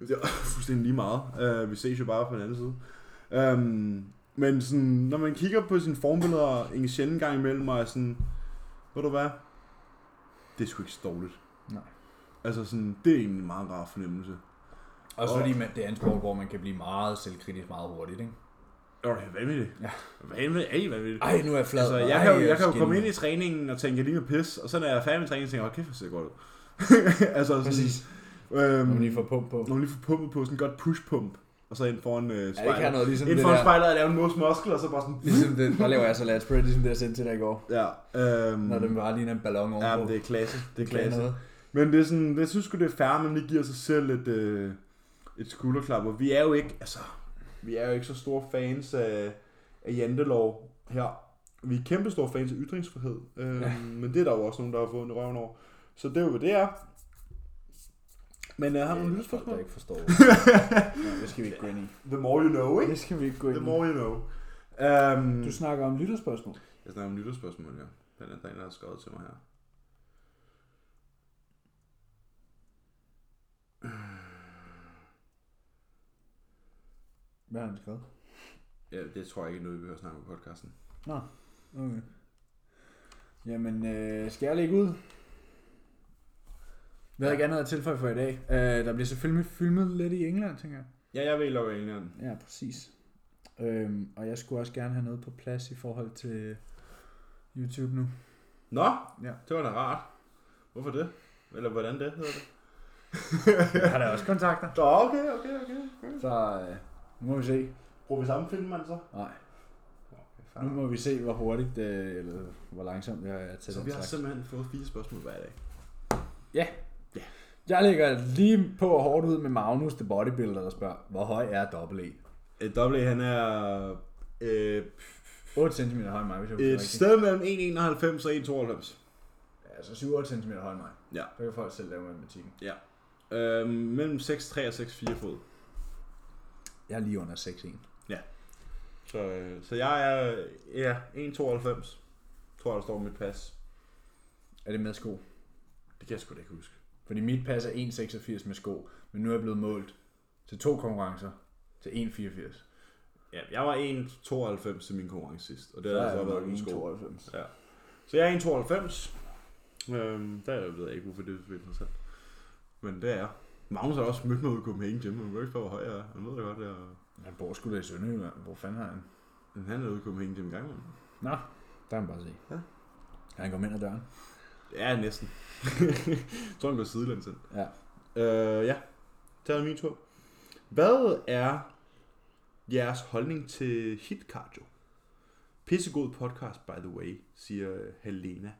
Det er [laughs] fuldstændig lige meget. Øh, vi ses jo bare på den anden side. Øhm, men sådan, når man kigger på sine formbilleder en sjældent gang imellem, og er sådan, ved du hvad, det er sgu ikke så dårligt. Nej. Altså sådan, det er egentlig en meget rar fornemmelse. Også fordi man, det er en sport, hvor man kan blive meget selvkritisk meget hurtigt, ikke? Jo, det er vanvittigt. Ja. Vanvittigt, ej, vanvittigt. Ej, nu er jeg flad. Altså, jeg, kan, jo- jeg kan jo komme ind i træningen og tænke, jeg lige med pis, og så når jeg er færdig med træningen, tænker jeg, okay, for ser det godt ud. [laughs] altså, sådan, Præcis. Øhm, Når man lige får pump på. når man lige får pumpet på sådan en godt push-pump, og så ind foran øh, Ja, det kan spejlet. noget ligesom ind det foran der. spejlet og lave en mos muskel, og [laughs] så bare sådan... Ligesom det, der laver jeg så lat spread, ligesom det jeg sendte til dig i går. Ja, øhm, Når den bare ligner en ballon ja, ovenpå. men det er klasse. Det Kan er klasse. noget. Men det er sådan, jeg synes sgu, det er fair, at man lige giver sig selv et, øh, et skulderklap. Og vi er jo ikke, altså, vi er jo ikke så store fans af, af jantelov her. Vi er kæmpe store fans af ytringsfrihed. Øh, ja. Men det er der jo også nogen, der har fået en røven over. Så det er jo, hvad det er. Men øh, har du Det nogle er folk, der lytterspørgsmål? ikke forstår. Nej, det skal vi ikke gå ind i. [laughs] The more you know, ikke? Det skal vi ikke gå ind The i. more you know. Um, Du snakker om lytterspørgsmål. Jeg snakker om lytterspørgsmål, ja. Den er der, er en, der har skrevet til mig her. Hvad har han skrevet? Ja, det tror jeg ikke er noget, vi behøver at snakke om i podcasten. Nå, okay. Jamen, øh, skal jeg lægge ud? Hvad har ikke andet at tilføje for i dag? Øh, der bliver selvfølgelig filmet lidt i England, tænker jeg. Ja, jeg vil lave England. Ja, præcis. Øhm, og jeg skulle også gerne have noget på plads i forhold til YouTube nu. Nå, Ja. det var da rart. Hvorfor det? Eller hvordan det hedder det? Jeg har da også kontakter. Nå, okay, okay, okay. okay. Så øh, nu må vi se. Bruger vi samme film, mand, så? Nej, Okay, nu må vi se, hvor hurtigt øh, eller hvor langsomt jeg er til Så den vi har slags. simpelthen fået fire spørgsmål hver dag. Jeg lægger lige på og hårdt ud med Magnus, the bodybuilder, der spørger, hvor høj er dobbelt E? Et dobbelt han er øh, 8 cm høj end mig, hvis jeg husker et rigtigt. sted mellem 1,91 og 1,92. Altså 7-8 cm højere end mig. Ja. Så kan folk selv lave matematikken. Ja. Øh, mellem 6,3 og 6,4 fod. Jeg er lige under 6-1. Så, øh, så jeg er øh, ja, 1,92. Tror jeg, der står på mit pas. Er det med sko? Det kan jeg sgu da ikke huske. Fordi mit pas er 1,86 med sko, men nu er jeg blevet målt til to konkurrencer til 1,84. Ja, jeg var 1,92 til min konkurrence sidst, og det Så har er altså jeg været nok uden sko. 1,92. Ja. Så jeg er 1,92. Øhm, der ved jeg ikke, hvorfor det er så interessant. Men det er jeg. Magnus har også mødt mig ude i Copenhagen Gym, og han ved ikke, hvor høj jeg er. Han ved da godt, jeg er. Han bor sgu da i Sønderjylland. Hvor fanden har han? Men han er ude i Copenhagen til en gang, mand. Nå, der kan man bare se. Ja. Kan han komme ind ad døren? Ja, næsten. [laughs] jeg tror, han går sidelæns ind. Ja. Øh, ja, det er min tur. Hvad er jeres holdning til hit cardio? Pissegod podcast, by the way, siger Helena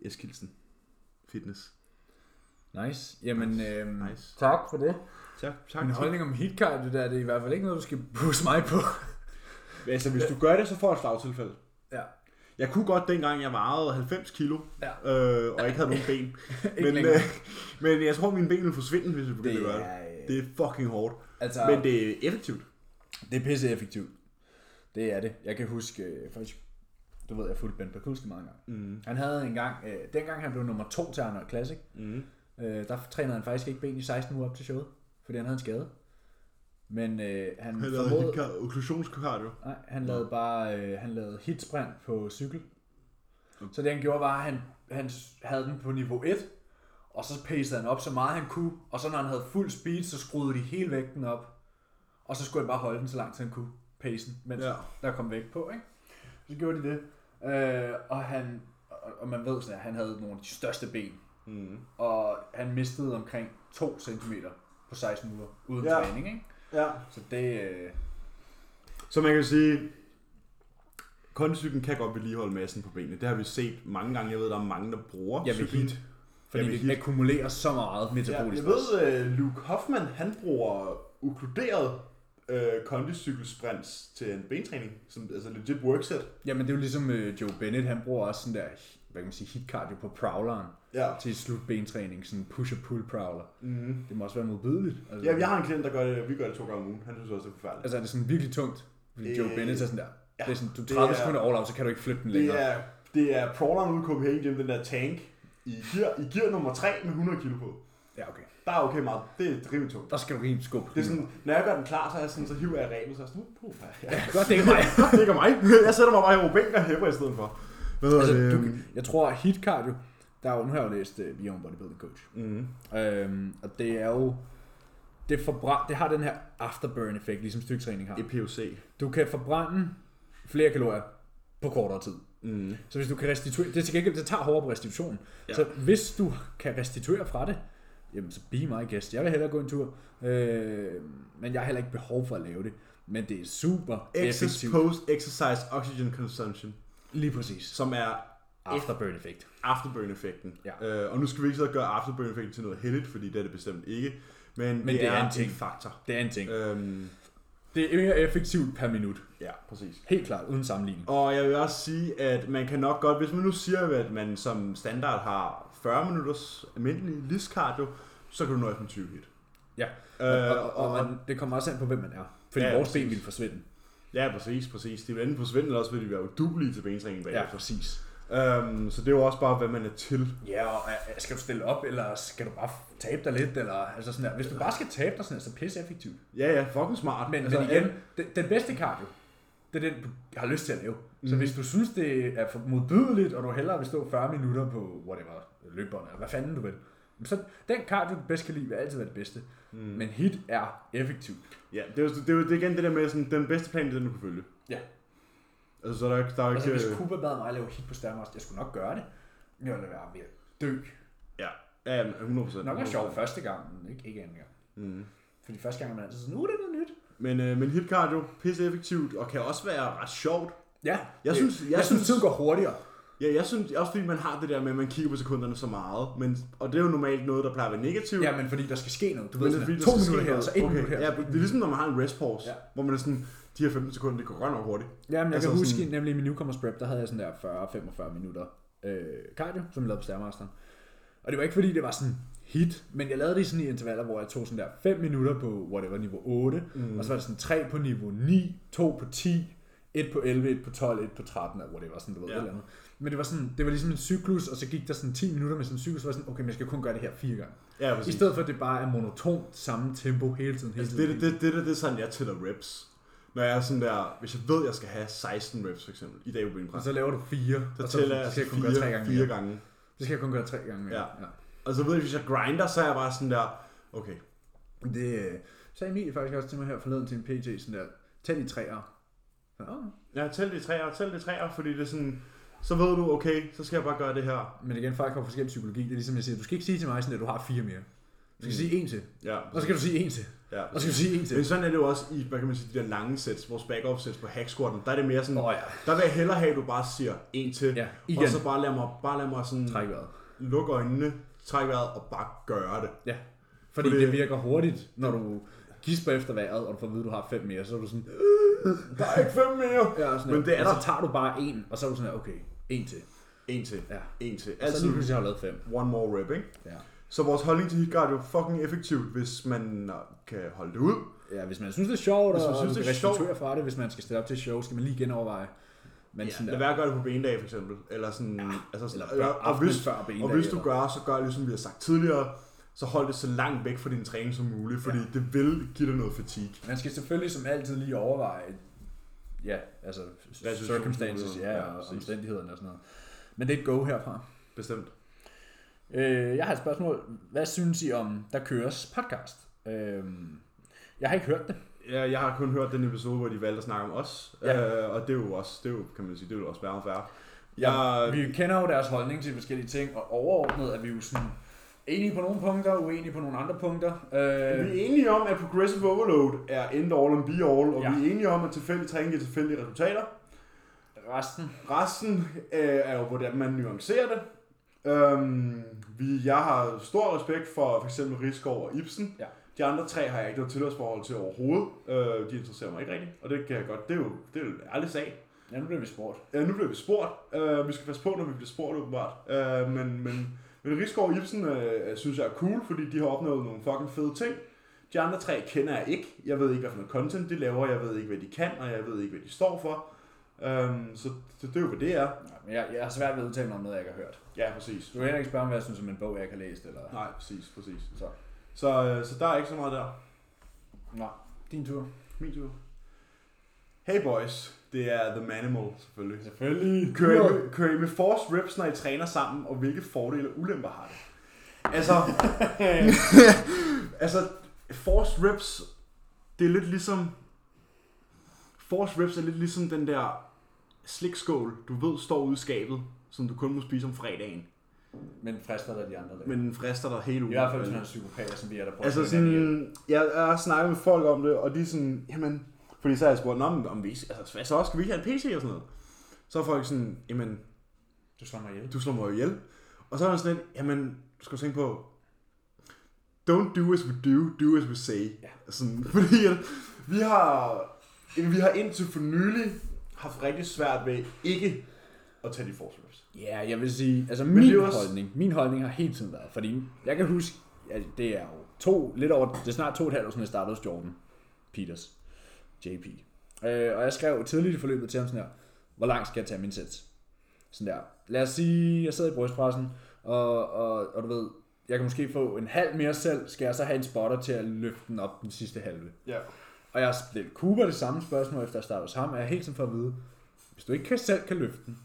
Eskildsen. Fitness. Nice. Jamen, Nice. Øhm, Nice. tak for det. Tak, tak. Min tak. holdning om hitcard, det der, det er i hvert fald ikke noget, du skal [laughs] pusse mig på. Altså, hvis du gør det, så får du et slagtilfælde. Ja. Jeg kunne godt, dengang jeg vejede 90 kilo, Ja. øh, og ikke havde nogen ben. [laughs] Ikke men, længere. øh, men jeg tror, mine ben vil forsvinde, hvis vi begynder at Det gøre det. er, øh, Det er fucking hårdt. altså, Men det er effektivt. Det er pisse effektivt. Det er det. Jeg kan huske, øh, faktisk, du ved, jeg fulgte Ben Pakulski mange gange. Mm. Han havde en gang, øh, dengang han blev nummer to til Arnold Classic, Mm. øh, der trænede han faktisk ikke ben i 16 uger op til showet, fordi han havde en skade. Men øh, han, Han han lavede formåede, hit- okklusionskardio. nej, han lavede bare, øh, han lavede hitsprint på cykel. Så det han gjorde var, at han, han havde den på niveau 1, og så pacede han op så meget han kunne, og så når han havde fuld speed, så skruede de hele vægten op, og så skulle han bare holde den så langt han kunne, pacen, mens Ja. der kom vægt på, ikke? Så gjorde de det. Øh, og han, og- og man ved sådan, at han havde nogle af de største ben, Mm. og han mistede omkring 2 cm på 16 uger, uden Ja. ja. træning, ikke? Ja. Så det, øh, Så man kan sige, kondicykeln kan godt vedligeholde massen på benene. Det har vi set mange gange. Jeg ved, der er mange, der bruger jeg vil cyklen. hit, fordi Jeg vil det hit. akkumulerer så meget Ja, metabolisk jeg stress. ved, uh, Luke Hoffman, han bruger okkluderet uh, kondicykelsprints til en bentræning. Som, altså legit workset. Jamen det er jo ligesom øh, Joe Bennett, han bruger også sådan der, hvad kan man sige, hit cardio på prowleren Ja. til slutbentræning, sådan push og pull prowler. Mm. Det må også være modbydeligt. Altså, ja. jeg har en klient, der gør det. Vi gør det to gange om ugen. Han synes også, det er forfærdeligt. altså er det sådan virkelig tungt? Fordi Joe Øh, Bennett er sådan der, ja, ja, det er sådan, du det 30 er- sekunder all out, så kan du ikke flytte den længere. Det er, det er crawleren ude i Copenhagen gennem den der tank i gear, i gear nummer 3 med 100 kilo på. Ja, okay. Der er okay meget. Det er rimelig tungt. Der skal du rimelig skub. Det er sådan, når jeg gør den klar, så, er jeg sådan, så hiver jeg rebet, så er jeg sådan, uh, puha, ja. [laughs] Godt, det er ikke mig. det er ikke mig. Jeg sætter mig bare i Robinka og hæpper i stedet for. Hvad hedder altså, det? du, jeg tror, at hit cardio, der er jo, nu har jeg jo læst uh, Beyond Bodybuilding Coach. Mm. Øhm, og det er jo, det, forbrænd, det har den her afterburn effekt, ligesom styrketræning har. EPOC. Du kan forbrænde flere kalorier på kortere tid. Mm. Så hvis du kan restituere, det er til gengæld, det tager hårdere på restitutionen. Ja. Så hvis du kan restituere fra det, jamen så be my guest. Jeg vil hellere gå en tur, øh, men jeg har heller ikke behov for at lave det. Men det er super Excess effektivt. post exercise oxygen consumption, Lige præcis. som er Afterburn effekt. afterburn-effekten. Ja. Øh, og nu skal vi ikke sidde og gøre afterburn-effekten til noget heldigt, fordi det er det bestemt ikke. Men, Men det er en ting. faktor. Det er en ting. Øhm, Det er mere effektivt per minut. ja, præcis. Helt klart, uden sammenligning. Og jeg vil også sige, at man kan nok godt, hvis man nu siger, at man som standard har 40 minutters almindelig listcardio, så kan du nøjes med 20 hit. Ja. Øh, og, og, og man, det kommer også an på, hvem man er. Fordi Ja, ja, vores præcis. ben ville forsvinde. Ja, præcis, præcis. De vil enten forsvinde, eller også vil de være uduelige til benetræning bagefter. præcis. Ja. Øhm, så det er jo også bare, hvad man er til. Ja, og øh, skal du stille op, eller skal du bare tabe dig lidt? Eller, altså sådan der. Hvis du bare skal tabe dig sådan der, så pisse effektivt. Ja, ja, fucking smart. Men, altså, men igen, den, den bedste cardio, det er den, du har lyst til at lave. Så Mm. hvis du synes, det er for modbydeligt, og du hellere vil stå 40 minutter på whatever, løbebånd, eller hvad fanden du vil, så den cardio, du bedst kan lide, vil altid være det bedste. Mm. Men hit er effektivt. Ja, det er, jo- det er jo det er igen det der med, sådan, den bedste plan, det er den, du kan følge. Ja. Altså, så er der, ikke- der er Altså, ikke... hvis Cooper bad mig at lave hit på Stærmast, jeg skulle nok gøre det. Men Jeg ville være ved at dø. ja, ja, 100%. Nok var 100%. sjov første gang, men ikke, ikke anden gang. Mm. Fordi første gang er man altid sådan, nu er det noget nyt. Men, øh, men hit cardio, pisse effektivt, og kan også være ret sjovt. Ja, Jeg det- synes- jeg jeg synes, synes- tiden går hurtigere. Ja, jeg synes også, fordi man har det der med, at man kigger på sekunderne så meget, men, og det er jo normalt noget, der plejer at være negativt. Ja, men fordi der skal ske noget. Du ved, men det er, sådan, fordi, der to skal ske minutter her, noget. så en Okay, minut her. Ja, det er ligesom, når man har en rest pause, ja. Ja. hvor man er sådan, de her 15 sekunder, det går godt nok hurtigt. Jamen, jeg Altså altså kan huske, sådan- sådan... nemlig i min newcomers prep, der havde jeg sådan der 40-45 minutter øh, cardio, som jeg lavede på Stærmasteren. Og det var ikke fordi, det var sådan hit, men jeg lavede det sådan i intervaller, hvor jeg tog sådan der 5 minutter på whatever niveau 8, mm. og så var det sådan 3 på niveau 9, 2 på 10, 1 på 11, 1 på 12, 1 på 13, eller whatever, sådan du ved, Ja. ja. eller andet. Men det var sådan, det var ligesom en cyklus, og så gik der sådan 10 minutter med sådan en cyklus, og så var jeg sådan, okay, men jeg skal kun gøre det her fire gange. Ja, I præcis. stedet for, at det bare er monotont samme tempo hele tiden, hele Altså, tiden. det, det, det, det, det, det er sådan, jeg tæller reps. Når jeg er sådan der, hvis jeg ved, jeg skal have 16 reps for eksempel, i dag på benpres, Og så laver du fire, så og så tæller jeg altså skal jeg kun gøre tre fire, gange fire mere. gange. Så skal jeg kun gøre tre gange mere. Ja. Og så ved jeg, hvis jeg grinder, så er jeg bare sådan der, okay, Det øh, sagde Emilie faktisk også til mig her forleden til en PT, sådan der, tag de træer. Så, "Åh, Jeg har talt i træer, talt i træer, fordi det er sådan, så ved du, okay, så skal jeg bare gøre det her. Men igen, folk har forskellig psykologi. Det er ligesom, jeg siger, du skal ikke sige til mig sådan, at du har fire mere. Du skal mm. sige en til. Ja, Og så skal du sige en til. ja. Og så skal du sige en til. Men sådan er det jo også i, hvad kan man sige, de der lange sets, vores backup sets på hack squatten, der er det mere sådan, Åh, ja. der vil jeg hellere have, at du bare siger en til, Ja, igen. og så bare lad mig, bare lad mig sådan Træk vejret. lukke øjnene, trække vejret og bare gøre det. Ja. Fordi, Fordi- Fordi det virker hurtigt, når du gisper efter vejret, og du får at vide, at du har fem mere, så er du sådan, Der er ikke fem mere. Ja, sådan Men her. det er og der. så tager du bare en, og så er du sådan her, okay, en til. En til, Ja. en til. Og så Altid lige pludselig har du lavet fem. one more rep, ikke? Ja. Så vores holdning til hitguard er jo fucking effektivt, hvis man kan holde det ud. ja, hvis man synes, det er sjovt, Hvis man og synes, synes, det det er sjovt. restituere fra det, hvis man skal stille op til et show, skal man lige genoverveje. Men Ja, sådan lad der, være at gøre det på bendag for eksempel. Eller sådan, ja, altså sådan, eller før- og, hvis, aftenen før og benedag, hvis du eller- gør, så gør ligesom vi har sagt tidligere, så hold det så langt væk fra din træning som muligt, fordi ja. det vil give dig noget fatigue. man skal selvfølgelig som altid lige overveje, ja, altså Hvad er circumstances, situationen? ja, Ja, og præcis. omstændighederne og sådan noget. Men det er et go herfra. Bestemt. Øh, jeg har et spørgsmål. Hvad synes I om, der køres podcast? Øh, jeg har ikke hørt det. Ja, jeg har kun hørt den episode, hvor de valgte at snakke om os, Ja. øh, og det er jo også, det er jo, kan man sige, det er jo også værre færre. Jeg, Vi kender jo deres holdning til forskellige ting, og overordnet er vi jo sådan enige på nogle punkter, uenige på nogle andre punkter. Øh, vi er enige om, at progressive overload er end all and be all, og ja. Ja. vi er enige om, at tilfældig træning giver tilfældige resultater. resten. Resten øh, er jo, hvordan man nuancerer det. Øhm, vi, jeg har stor respekt for for eksempel Rigsgaard og Ibsen. Ja. De andre tre har jeg ikke noget tilhørsforhold til overhovedet. Øh, de interesserer mig ikke rigtigt, og det kan jeg godt. Det er jo, det er jo en ærlig sag. Ja, nu bliver vi spurgt. Øh, nu bliver vi spurgt. Øh, vi skal passe på, når vi bliver spurgt åbenbart. Øh, men, men, men Rigsgaard og Ibsen øh, synes jeg er cool, fordi de har opnået nogle fucking fede ting. De andre tre kender jeg ikke. Jeg ved ikke, hvad for noget content de laver. Jeg ved ikke, hvad de kan, og jeg ved ikke, hvad de står for. Øhm, så det, det er jo, hvad det er. Nej, men jeg, jeg har svært ved at udtale mig om noget, jeg ikke har hørt. Ja, præcis. Du kan heller ikke spørge mig, hvad jeg synes om en bog, jeg ikke har læst. Eller... Nej, præcis, præcis. Så. Så, øh, så der er ikke så meget der. Nå, din tur. Min tur. Hey boys, det er The Manimal selvfølgelig. Selvfølgelig. Kører I, med- kører I med force reps, når I træner sammen, og hvilke fordele og ulemper har det? Altså, altså force reps, det er lidt ligesom, force reps er lidt ligesom den der slikskål, du ved står ude i skabet, som du kun må spise om fredagen, Men frister dig de andre dage. men den frister dig hele ugen. I hvert fald, hvis man er psykopat, som vi er der prøver Altså at finde hinanden sådan, jeg, jeg har snakket med folk om det, og de er sådan, jamen, fordi så har jeg spurgt, "Nå, men om vi, altså, hvad så også, skal vi ikke have en PC og sådan noget? Så er folk sådan, jamen, ihjel. Du slår mig ihjel. du slår mig jo ihjel. Og så er han sådan lidt, jamen, du skal tænke på, don't do as we do, do as we say. Ja. Sådan, [laughs] fordi at vi har, vi har indtil for nylig haft rigtig svært ved ikke at tage de forsvars. Ja, jeg vil sige, altså det er min jo også- holdning, min holdning har hele tiden været, fordi jeg kan huske, at det er jo to, lidt over, det er snart to og et halvt år, siden jeg startede hos Jordan Peters, JP. Øh, og jeg skrev tidligt i forløbet til ham sådan her, hvor langt skal jeg tage min sæt? Sådan der, lad os sige, jeg sidder i brystpressen, og, og, og du ved, jeg kan måske få en halv mere selv, skal jeg så have en spotter til at løfte den op den sidste halve? Ja. Og jeg har stillet Cooper det samme spørgsmål, efter jeg startede hos ham, og jeg har hele tiden fået at vide, hvis du ikke kan, selv kan løfte den,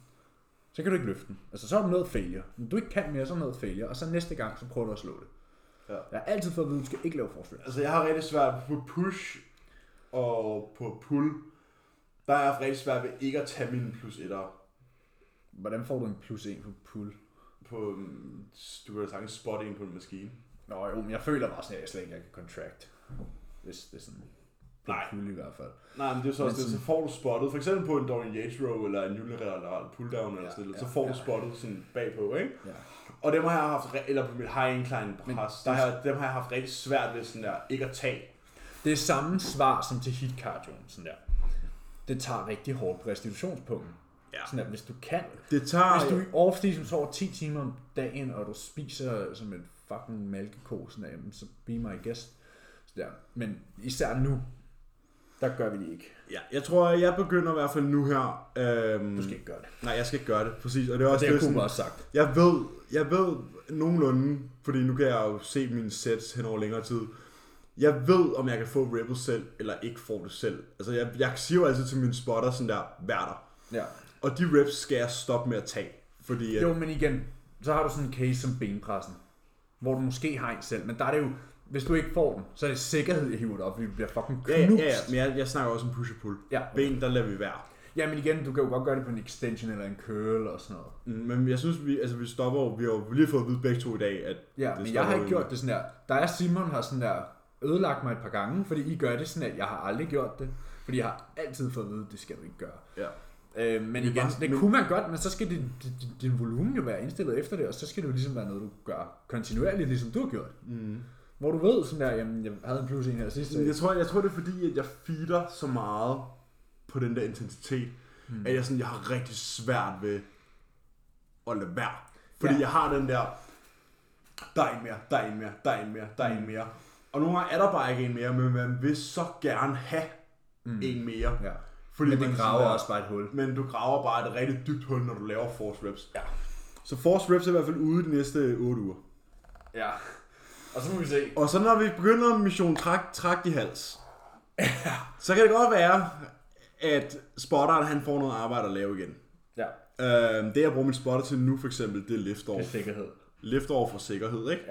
så kan du ikke løfte den. Altså, så er du noget failure. Når du ikke kan mere, så er du noget failure, og så næste gang, så prøver du at slå det. Ja. Jeg har altid fået at vide, at du skal ikke lave forsvar. Altså, jeg har rigtig svært på push og på pull. Der er jeg haft rigtig svært ved ikke at tage mine plus etter Hvordan får du en plus en på pull? på, mm, du kan da sagtens spotte en på en maskine. Nå jo, men jeg føler bare sådan, at jeg slet ikke jeg kan contract. Hvis det er sådan... På Nej. pull i hvert fald. Nej, men det er så også Men det, så får du spottet, for eksempel på en Dorian Yates row, eller en unilateral pulldown, eller Ja, sådan noget, ja, så får du ja. spottet sådan bagpå, ikke? Ja. Og dem har jeg haft, re- eller på mit high incline Men pres, der har, jeg- dem har jeg haft rigtig svært ved sådan der, ikke at tage. Det er samme svar som til hit cardioen, sådan der. Det tager rigtig hårdt på restitutionspunkten. Ja. Sådan der, hvis du kan, Det tager... Hvis du i off season sover 10 timer om dagen, og du spiser som en fucking malkeko, sådan af, jamen, så be my guest. Så der. Men især nu, der gør vi det ikke. Ja, jeg tror, jeg begynder i hvert fald nu her. Øhm, Du skal ikke gøre det. Nej, jeg skal ikke gøre det, præcis. Og det er også Det har det, Cooper sådan, også sagt. jeg ved, jeg ved nogenlunde, fordi nu kan jeg jo se mine sets hen over længere tid. Jeg ved, om jeg kan få ripples selv, eller ikke får det selv. Altså, jeg, jeg siger jo altid til mine spotter sådan der, vær der. Ja. Og de reps skal jeg stoppe med at tage. Fordi at, Jo, men igen, så har du sådan en case som benpressen, hvor du måske har en selv, men der er det jo, hvis du ikke får den, så er det sikkerhed, jeg hiver dig op, fordi du bliver fucking knust. ja, ja, ja, men jeg, jeg snakker også om push og pull. Ja. Ben, der lader vi være. Ja, men igen, du kan jo godt gøre det på en extension eller en curl og sådan noget. Mm, Men jeg synes, vi, altså, vi stopper jo, vi har jo lige fået at vide begge to i dag, at Ja, det det men stopper jeg har jo ikke egentlig. gjort det sådan der. Dig og Simon har sådan der ødelagt mig et par gange, fordi I gør det sådan, at jeg har aldrig gjort det. Fordi jeg har altid fået at vide, at det skal du ikke gøre. Ja. Øh, men igen, bare- det men- kunne man godt, men så skal din, din, din volumen jo være indstillet efter det, og så skal det jo ligesom være noget, du gør kontinuerligt, ligesom du har gjort. Mm. Hvor du ved sådan der, jamen jeg havde en plus en her sidste. Jeg tror, jeg tror, det er fordi, at jeg feeder så meget på den der intensitet, mm. at jeg, sådan, jeg har rigtig svært ved at lade være. Fordi ja. Ja. jeg har den der, der er en mere, der er en mere, der er en mere, der er en mere. Og nogle gange er der bare ikke en mere, men man vil så gerne have mm. en mere. Ja. Fordi men det man graver sådan der- også bare et hul. men du graver bare et rigtig dybt hul, når du laver force reps. Ja. Så force reps er i hvert fald ude de næste 8 uger. Ja. Og så må vi se. Og så når vi begynder mission træk, træk i hals, så kan det godt være, at spotteren han får noget arbejde at lave igen. Ja, Øh, det jeg bruger min spotter til nu for eksempel, det er liftover. det er sikkerhed. Liftover for sikkerhed, ikke?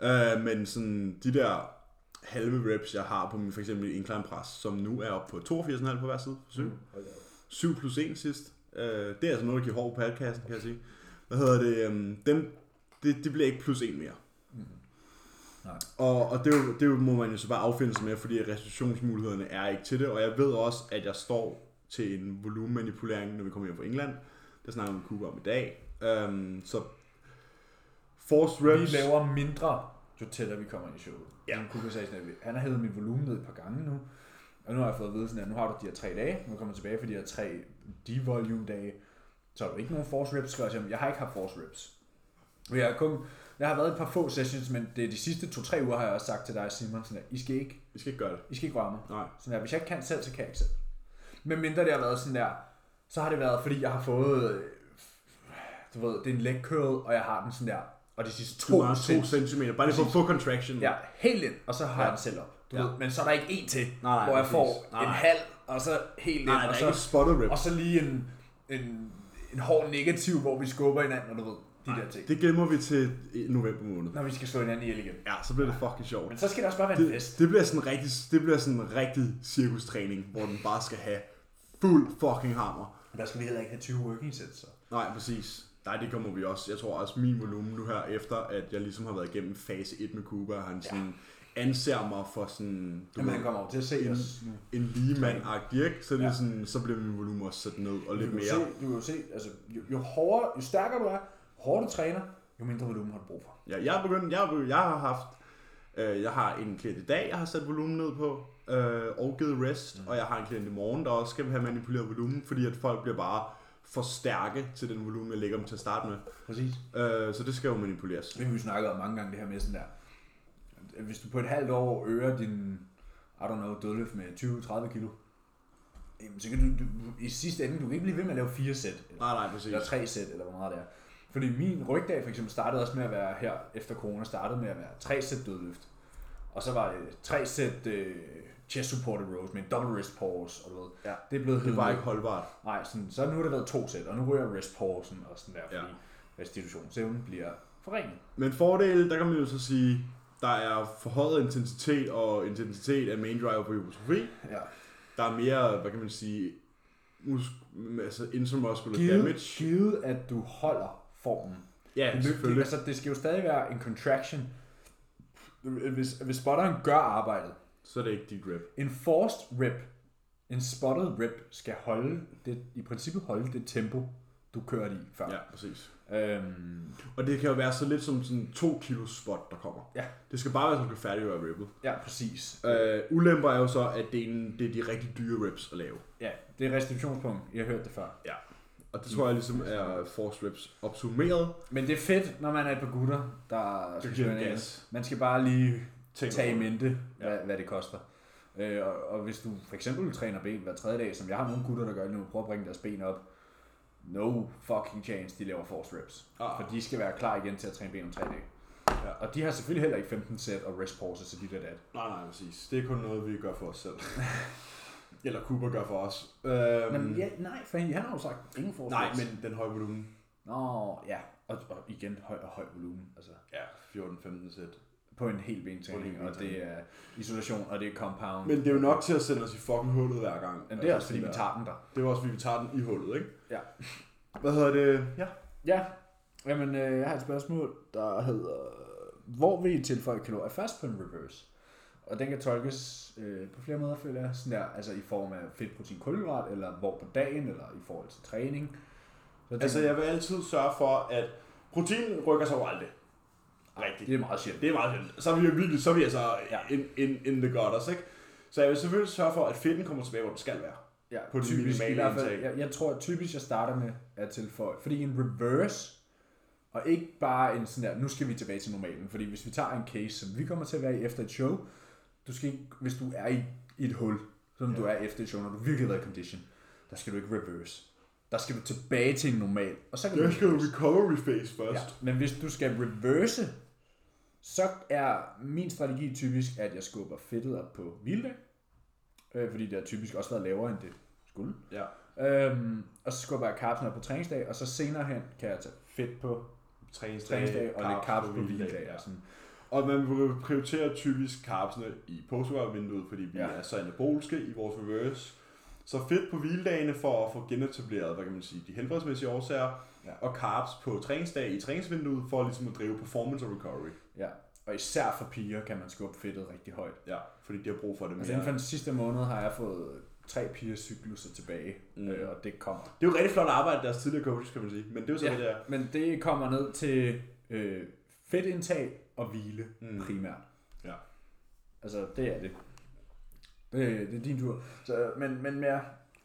Ja. Øh, men sådan de der halve reps, jeg har på min for eksempel incline press, som nu er oppe på 82,5 på hver side. 7. Mm. 7 plus 1 sidst. Øh, det er altså noget, der giver hård på podcasten, kan jeg sige. Hvad hedder det? øhm, Dem, det, det bliver ikke plus 1 mere. Mm. Nej. Og, og det, er jo- det er jo- må man jo så bare affinde sig med, fordi restitutionsmulighederne er ikke til det. Og jeg ved også, at jeg står til en volumenmanipulering, når vi kommer hjem fra England. Det snakker vi med Cooper om i dag. Øhm, så force Vi reps... laver mindre, jo tættere vi kommer ind i showet. Ja. Ja. Kuka sagde sådan, at vi- han har hævet mit volumen ned et par gange nu. Og nu har jeg fået at vide sådan, at nu har du de her tre dage. Nu kommer jeg tilbage for de her tre D-volume dage. Så har du ikke nogen force reps, skriver jeg til ham. Jeg har ikke haft force reps. Men Jeg har, kun, jeg har været et par få sessions, men det er de sidste to-tre uger, har jeg også sagt til dig, Simon, sådan at I skal ikke, Vi skal ikke gøre det. I skal ikke røre mig. Nej. Sådan der, hvis jeg ikke kan selv, så kan jeg ikke selv. Men mindre det har været sådan der, så har det været, fordi jeg har fået, øh, du ved, det er en leg curl, og jeg har den sådan der, og de sidste To, to, to sæt- centimeter. Bare lige for at få contraction. Ja, helt ind, og så har ja. jeg den selv op. Du Ja. ja. ved, men så er der ikke en til, Nej, nej, hvor jeg præcis. får Nej, en nej. halv, og så helt ind, Nej, der og, er ikke så, spotted reps. og så lige en, en, en hård negativ, hvor vi skubber hinanden, og du ved, de der ting. Det... Det gemmer vi til i november måned. Når vi skal slå hinanden ihjel igen. Ja, så bliver det fucking sjovt. Men så skal det også bare være en fest. Det, det bliver sådan rigtig, det bliver sådan rigtig cirkustræning, hvor den bare skal have fuld fucking hammer. Der skal vi heller ikke have 20 working sets, så. Nej, præcis. Nej, det kommer vi også. Jeg tror også, min volumen nu her, efter at jeg ligesom har været igennem fase 1 med Cooper, og han sådan anser mig for sådan... Du Jamen, ved, han kommer over til at se en, os nu. en lige mand ikke? Så, det er Ja. sådan, så bliver min volumen også sat ned og lidt Du kan, mere... jo se, du kan jo se, altså, jo, jo, hårdere, jo stærkere du er, jo hårdere du træner, jo mindre volumen har du brug for. Ja, jeg er begyndt, jeg, er begyndt, jeg har haft, øh, jeg har en klient i dag, jeg har sat volumen ned på, øh, og givet rest, mm. og jeg har en klient i morgen, der også skal have manipuleret volumen, fordi at folk bliver bare for stærke til den volumen, jeg lægger dem til at starte med. Præcis. Øh, så det skal jo manipuleres. Det har vi jo snakket om mange gange, det her med sådan der, at hvis du på et halvt år øger din, I don't know, dødløft med 20-30 kilo, jamen, så kan du, du, i sidste ende, du kan ikke blive ved med at lave fire sæt, eller, Nej, nej, præcis. eller tre sæt, eller hvor meget det er. Fordi min rygdag for eksempel startede også med at være her efter corona, startede med at være tre sæt dødløft. Og så var det tre sæt øh, chest supported rows med en double wrist pause, og du ved. Ja. Det er blevet Det hevet var ned. ikke holdbart. Nej, sådan, så nu har det været to sæt, og nu ryger restpausen og sådan der, fordi Ja. ja. restitutionsevnen bliver forringet. Men fordele, der kan man jo så sige, der er forhøjet intensitet, og intensitet af main driver på hypertrofi. Ja. Der er mere, hvad kan man sige, mus- altså intramuscular Givet, damage. givet, at du holder formen. Ja, Det, selvfølgelig. altså, det skal jo stadig være en contraction. Hvis, hvis spotteren gør arbejdet, Så er det ikke deep grip. en forced rep, en spotted rep, skal holde det, i princippet holde det tempo, du kørte i før. Ja, præcis. Øhm, Og det kan jo være så lidt som sådan 2 kilo spot, der kommer. Ja. Det skal bare være, så du kan færdiggøre rippet. ja, præcis. Øh, ulemper er jo så, at det er, en, det er de rigtig dyre reps at lave. Ja, det er restitutionspunkt. Jeg har hørt det før. Ja. Og det tror jeg ligesom Mm. er force reps opsummeret. Men det er fedt, når man er et par gutter, der giver skal køre den en gas. Man skal bare lige Tænk tage i over det. mente, hvad, hvad det koster. Øh, og, og hvis du for eksempel træner ben hver tredje dag, som jeg har nogle gutter, der gør lige nu, prøver at bringe deres ben op. No fucking chance, de laver force reps. Ah. For de skal være klar igen til at træne ben om tre dage. Ja. Og de har selvfølgelig heller ikke 15 sæt og rest pauses til dit og dat. Nej, nej, præcis. Det er kun noget, vi gør for os selv. [laughs] Eller Cooper gør for os. Øhm, Men ja, nej, for han har jo sagt ingen force Nej, reps. men den høje volumen. Nå, ja. Og, og igen, høj og høj volumen. Altså. Ja, 14-15 sæt. på en hel bentræning, og det er isolation, og det er compound. Men det er jo nok Altså, til at sende os i fucking hullet hver gang. Men det er også fordi, vi tager den der. Det er jo også fordi, vi tager den i hullet, ikke? Ja. Hvad hedder det? Ja. Ja, jamen øh, jeg har et spørgsmål, der hedder, hvor vil I tilføje kalorier først på en reverse? Og den kan tolkes øh, på flere måder, føler jeg. Sådan der, altså i form af fedt, protein, kulhydrat, eller hvor på dagen, eller i forhold til træning. Så det, Altså, jeg vil altid sørge for, at proteinen rykker sig jo aldrig. Rigtigt. det er meget sjældent. Det er meget sjældent. Så er vi jo virkelig, så er vi altså in, in, in the gutters, ikke? Så jeg vil selvfølgelig sørge for, at fedten kommer tilbage, hvor den skal være. Ja, på det typisk, minimale i hvert fald, indtag. jeg, jeg tror at typisk, jeg starter med at tilføje, fordi en reverse, og ikke bare en sådan der, nu skal vi tilbage til normalen, fordi hvis vi tager en case, som vi kommer til at være i efter et show, du skal ikke, hvis du er i, i et hul, som ja. du er efter et show, når du virkelig har været i condition, der skal du ikke reverse. Der skal du tilbage til en normal, og så kan Jeg du skal jo reverse. recovery phase først. Ja, men hvis du skal reverse, så er min strategi typisk, at jeg skubber fedtet op på hviledag, øh, fordi det har typisk også været lavere, end det skulle. Ja. Øhm, og så skubber jeg carbsen op på træningsdag, og så senere hen kan jeg tage fedt på træningsdag og lidt carbs Øh, på hviledag. Og sådan. Og man vil prioritere typisk carbsene i postvarvinduet, fordi vi Ja. ja. er så anaboliske i vores reverse. Så fedt på hviledagene for at få genetableret, hvad kan man sige, de helbredsmæssige årsager, Ja. ja. og carbs på træningsdag i træningsvinduet for ligesom at drive performance og recovery. Ja. Og især for piger kan man skubbe fedtet rigtig højt. Ja, fordi de har brug for det mere. Altså inden for den sidste måned har jeg fået tre pigers cykluser tilbage, Mm. øh, og det kommer. Det er jo rigtig flot arbejde, deres tidligere coaches, kan man sige. Men det er jo så, ja. det der. Men det kommer ned til øh, fedtindtag og hvile mm. Mm. primært. Ja. Altså, det er det. Øh, det er din tur. Så, men, men mere,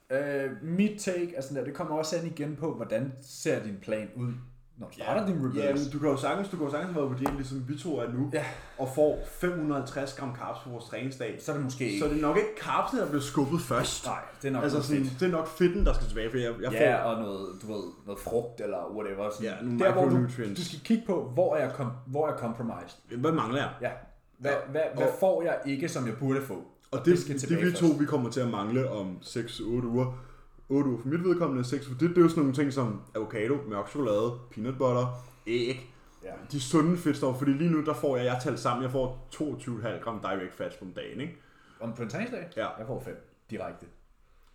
øh, mit take er sådan der, det kommer også an igen på, hvordan ser din plan ud, når du starter din reverse. Jamen, du kan jo sagtens, du kan jo sagtens være på diæt, ligesom vi to er nu, Ja. og får 550 gram carbs på vores træningsdag. så er det måske ikke. Så det er nok ikke carbsene, der bliver skubbet først. Nej, det er nok Altså noget sådan, fedt. det er nok fedten, der skal tilbage, for jeg, jeg Ja, får... og noget, du ved, noget frugt eller whatever. Sådan. Ja, nogle der, hvor du, micronutrients. du skal kigge på, hvor er jeg, kom, hvor er jeg compromised. Hvad mangler jeg? Ja. Hvad, hvad, hvad og- får jeg ikke, som jeg burde få? Og det, skal det, det tilbage vi to, først. vi kommer til at mangle om 6-8 uger. 8 uger for mit vedkommende, 6 for det, det er jo sådan nogle ting som avocado, mørk chokolade, peanut butter, æg. Ja. De sunde fedtstoffer, fordi lige nu, der får jeg, jeg talt sammen, jeg får 22,5 gram direct fats om dagen, ikke? Om på en træningsdag? Ja. Jeg får fem direkte.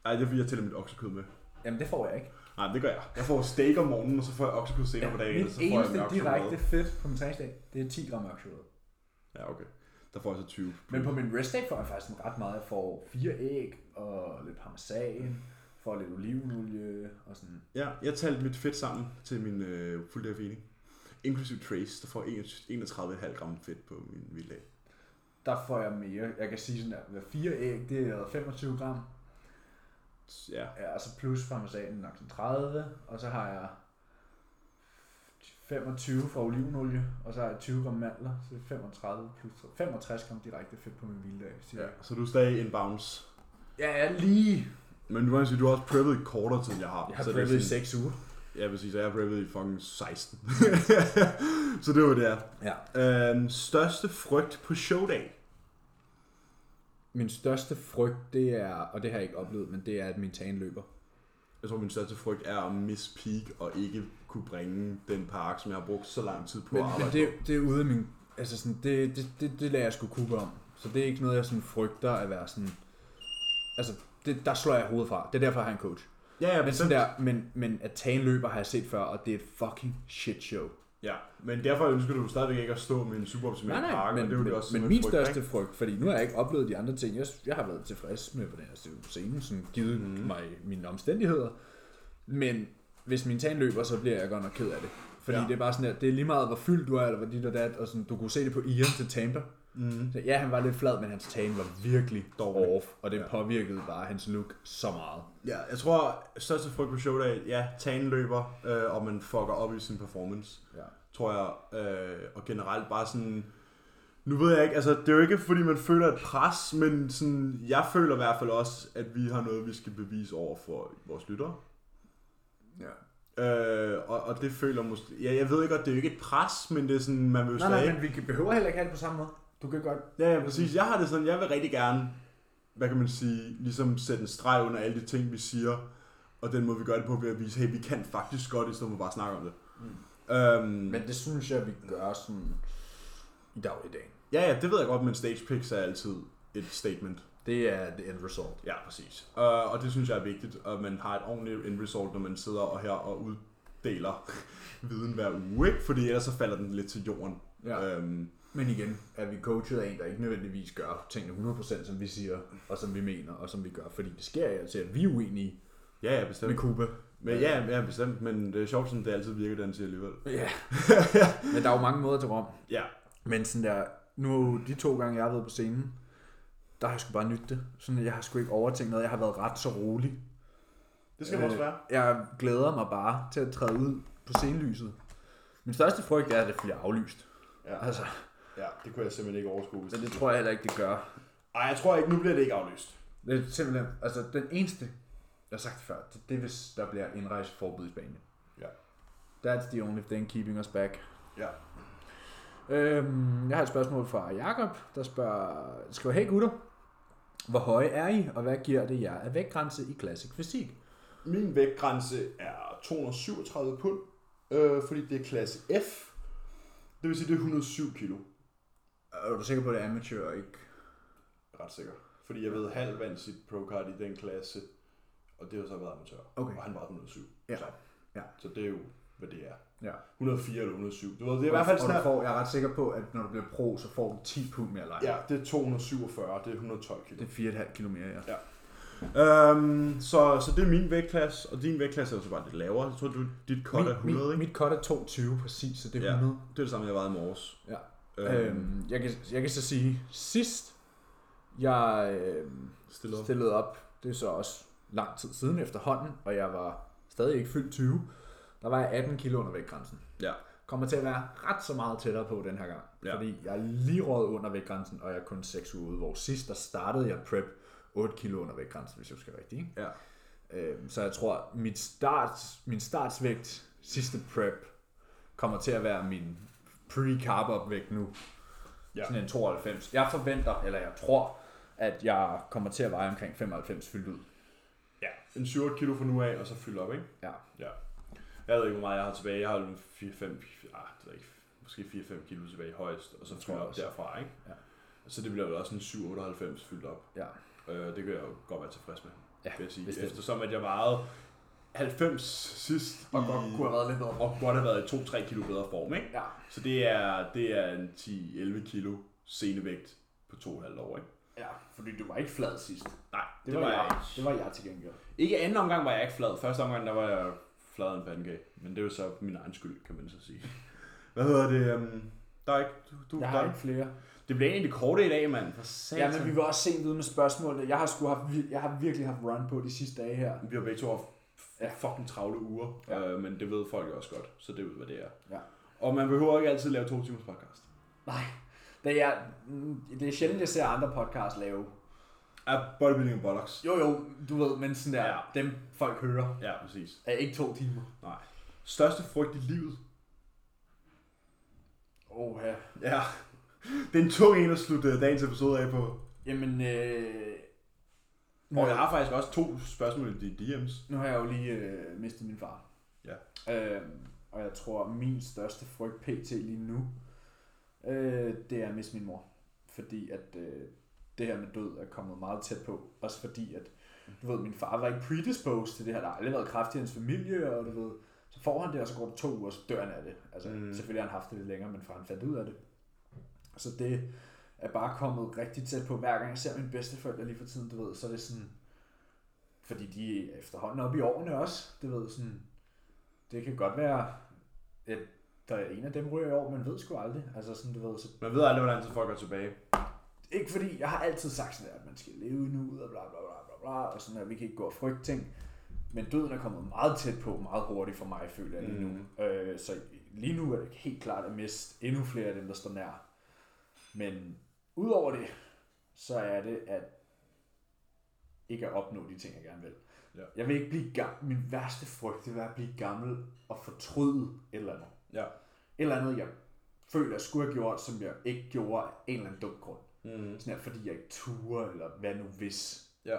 Ej, det er fordi, jeg tæller mit oksekød med. Jamen, det får jeg ikke. Nej, det gør jeg. Jeg får steak om morgenen, og så får jeg oksekød senere på dagen, og Mit så får jeg eneste mørk direkte chokolade. fedt på min træningsdag, det er 10 gram mørk chokolade. Ja, okay. Der får jeg så 20. Men på min restdag får jeg faktisk en ret meget. Jeg får fire æg og lidt Mm. parmesan, får lidt olivenolie og sådan. Ja, jeg talte mit fedt sammen til min øh, fulddag feeding. Inklusiv Trace, der får 31,5 gram fedt på min vilddag. Der får jeg mere. Jeg kan sige sådan, at hver fire æg, det er 25 gram. Ja, Ja, og så plus parmesanen nok sådan 30, og så har jeg 25 fra olivenolie, og så har jeg 20 gram mandler, så det er 35 plus 65 gram direkte fedt på min hviledag. siger jeg. ja. Så du er stadig in bounds. Ja, ja, lige. Men du kan sige, du har også preppet i kortere tid, end jeg har. Jeg har så det er prøvet i sådan- 6 uger. Ja, præcis. Og jeg har preppet i fucking 16. [laughs] så det var det her. Ja. Øhm, største frygt på showdag? Min største frygt, det er, og det har jeg ikke oplevet, men det er, at min tan løber. Jeg tror, min største frygt er at miss peak og ikke kunne bringe den park, som jeg har brugt så lang tid på Men, at men arbejde det, det er ude af min... Altså sådan, det, det, det, det lader jeg sgu kugle om. Så det er ikke noget, jeg sådan frygter at være sådan... Altså, det, der slår jeg hovedet fra. Det er derfor, jeg har en coach. på. Ja, ja, Men sådan der, men, men at tage en løber har jeg set før, og det er et fucking shit show. Ja, men derfor ønsker du stadigvæk ikke at stå med en superoptimal park, men, og det er jo men, det også som men en min frygt, største ikke? frygt, fordi nu har jeg ikke oplevet de andre ting. Jeg, jeg har været tilfreds med, hvordan jeg ser ud på scenen, sådan givet Mhm. mm. mig mine omstændigheder. Men hvis min tan løber, så bliver jeg godt nok ked af det. Fordi ja. Ja. det er bare sådan, at det er lige meget, hvor fyldt du er, eller hvor dit og dat, og sådan, du kunne se det på Ian til Tampa. Mm. Så ja, han var lidt flad, men hans tan var virkelig Dårlig. off, og det ja. påvirkede bare hans look så meget. Ja, jeg tror, største frygt på showdag, ja, tagen løber, øh, og man fucker op i sin performance, Ja. tror jeg. Øh, og generelt bare sådan, nu ved jeg ikke, altså det er jo ikke, fordi man føler et pres, men sådan, jeg føler i hvert fald også, at vi har noget, vi skal bevise over for vores lyttere. ja. Øh, og, og det føler måske, ja, jeg ved ikke, at det er jo ikke et pres, men det er sådan, man vil jo Nej, stadig nej, men vi kan- behøver heller ikke have det på samme måde. Du kan godt... Ja, ja, præcis. Jeg har det sådan, jeg vil rigtig gerne, hvad kan man sige, ligesom sætte en streg under alle de ting, vi siger, og den måde, vi gør det på, ved at vise, hey, vi kan faktisk godt, i stedet for bare at snakke om det. Mm. Øhm, Men det synes jeg, vi gør sådan i dagligdagen. Ja, ja, det ved jeg godt, men stage picks er altid et statement. Det er the end result. Ja, præcis. Uh, og det synes jeg er vigtigt, at man har et ordentligt end result, når man sidder og her og uddeler [laughs] viden hver uge, ikke? fordi ellers så falder den lidt til jorden. Øh. Ja. Øhm, Men igen, er vi coachet af en, der ikke nødvendigvis gør tingene 100%, som vi siger, og som vi mener, og som vi gør. Fordi det sker jo til, at vi er uenige ja, ja, bestemt. med Kuba. Men, ja, ja, bestemt, men det er sjovt, sådan det altid virker, den siger alligevel. [laughs] Ja. Men der er jo mange måder til Rom. Ja, Men sådan der, nu de to gange, jeg har været på scenen, der har jeg sgu bare nyttet det. Sådan, jeg har sgu ikke overtænkt noget. Jeg har været ret så rolig. det skal øh, også være. Jeg glæder mig bare til at træde ud på scenelyset. Min største frygt er, at det bliver aflyst. Ja. Altså, Ja, det kunne jeg simpelthen ikke overskue. men det tror jeg heller ikke, det gør. Ej, jeg tror ikke, nu bliver det ikke aflyst. Det er simpelthen, altså den eneste, jeg har sagt det før, det, det er, hvis der bliver indrejseforbud i Spanien. Ja. That's the only thing keeping us back. Ja. Øhm, jeg har et spørgsmål fra Jakob, der spørger, skriver, hey gutter, hvor høje er I, og hvad giver det jer af vægtgrænse i klassisk fysik? Min vægtgrænse er 237 pund, øh, fordi det er klasse F. Det vil sige, det er 107 kilo. Øh, Er du sikker på, at det er amateur og ikke? Jeg er ret sikker. Fordi jeg ved, halv vandt sit pro-card i den klasse, og det har så været amatør. Okay. Og han var 107. Ja. Så, Ja. så det er jo, hvad det er. Ja. 104 eller 107. Du ved, det er i hvert fald og, du snart... får, jeg er ret sikker på, at når du bliver pro, så får du 10 pund mere lejr. Ja, det er 247, det er 112 kilo. Det er 4,5 km mere, ja. Øhm, så, så det er min vægtklasse, og din vægtklasse er så bare lidt lavere. Jeg tror, du, dit cut er 100, mit, ikke? mit cut er 22 præcis, så det er Ja. 100. Det er det samme, jeg vejede i morges. Ja. Øhm, øhm. Øhm, jeg, kan, jeg kan så sige, sidst jeg øhm, Stille op. stillede op, det er så også lang tid siden efterhånden, og jeg var stadig ikke fyldt 20, der var jeg 18 kilo under vægtgrænsen. Ja. Kommer til at være ret så meget tættere på den her gang, Ja. ja. fordi jeg er lige røget under vægtgrænsen, og jeg er kun 6 uger ude, hvor sidst der startede jeg prep 8 kilo under vægtgrænsen, hvis jeg husker rigtigt. Ikke? Ja. Øhm, så jeg tror, mit start, min startsvægt sidste prep kommer til at være min pre-carb up vægt nu. Ja. Ja. Sådan en 92. Jeg forventer, eller jeg tror, at jeg kommer til at veje omkring 95 fyldt ud. ja. En 7 kilo fra nu af, og så fylde op, ikke? Ja. Ja. Jeg ved ikke, hvor meget jeg har tilbage. Jeg har en 4-5, ah, det ved jeg ikke, måske 4-5 kilo tilbage højst, og så tror fylde jeg op også. derfra, ikke? Ja. Så det bliver vel også en 7-98 fyldt op. ja. Øh, det kan jeg jo godt være tilfreds med, Ja, vil jeg sige. hvis det- Eftersom at jeg vejede 90 sidst, og, godt, kunne, have været lidt bedre. og godt have været i 2-3 kilo bedre form, ikke? Ja. Så det er, det er en 10-11 kilo senevægt på 2,5 år, ikke? ja, fordi du var ikke flad sidst. Nej, det, det var, jeg ikke. Det var jeg til gengæld. Ikke anden omgang var jeg ikke flad. Første omgang, der var jeg flad en pandekage. Men det er jo så min egen skyld, kan man så sige. Hvad hedder det? Um, der er ikke... Du, du, Jeg har ikke flere. Det bliver egentlig det korte i dag, mand. For Ja, satan. men vi var også sent ude med spørgsmålene. Jeg har, sgu haft, vir- jeg har virkelig haft run på de sidste dage her. vi har begge to haft ja. fucking travle uger. Ja. Ja. Øh, men det ved folk jo også godt. Så det ved, hvad det er. Ja. Og man behøver ikke altid lave to timers podcast. Nej, det er, mm, det er sjældent, jeg ser andre podcasts lave. Ja, bodybuilding og bollocks. Jo jo, du ved, men sådan der, Ja. ja. dem folk hører, Ja, præcis. er ikke to timer. Nej. Største frygt i livet? Åh ja. Ja. Det er en tung en at slutte øh, dagens episode af på. Jamen, øh, nu, Og jeg har, har faktisk også to spørgsmål i de DM's. nu har jeg jo lige øh, mistet min far. Ja. Øh, og jeg tror, min største frygt pt. lige nu, øh, det er at miste min mor. Fordi at øh, det her med død er kommet meget tæt på. Også fordi at, du ved, min far var ikke predisposed til det her. Der har aldrig været kraft i hans familie, og du ved, så får han det, og så går det to uger, og så dør han af det. Altså, Mm. mm. selvfølgelig har han haft det lidt længere, men fra han fandt ud af det. Så det er bare kommet rigtig tæt på. Hver gang jeg ser mine bedsteforældre lige for tiden, du ved, så er det sådan, fordi de er efterhånden oppe i årene også, du ved, sådan, det kan godt være, at der er en af dem ryger i år, man ved sgu aldrig. Altså sådan, du ved, så Man ved aldrig, hvordan tid folk er tilbage. ikke fordi, jeg har altid sagt sådan der, at man skal leve nu, og bla bla bla bla bla, og sådan at vi kan ikke gå og frygte ting. Men døden er kommet meget tæt på, meget hurtigt for mig, føler jeg lige nu. Mm. Øh, så lige nu er det helt klart at miste endnu flere af dem, der står nær. Men udover det, så er det at ikke at opnå de ting, jeg gerne vil. Ja. Jeg vil ikke blive gammel. Min værste frygt, det er at blive gammel og fortryde et eller andet. Ja. Et eller andet, jeg føler, jeg skulle have gjort, som jeg ikke gjorde af en eller anden dum grund. Mm. Sådan her, fordi jeg ikke turer, eller hvad nu hvis. Ja.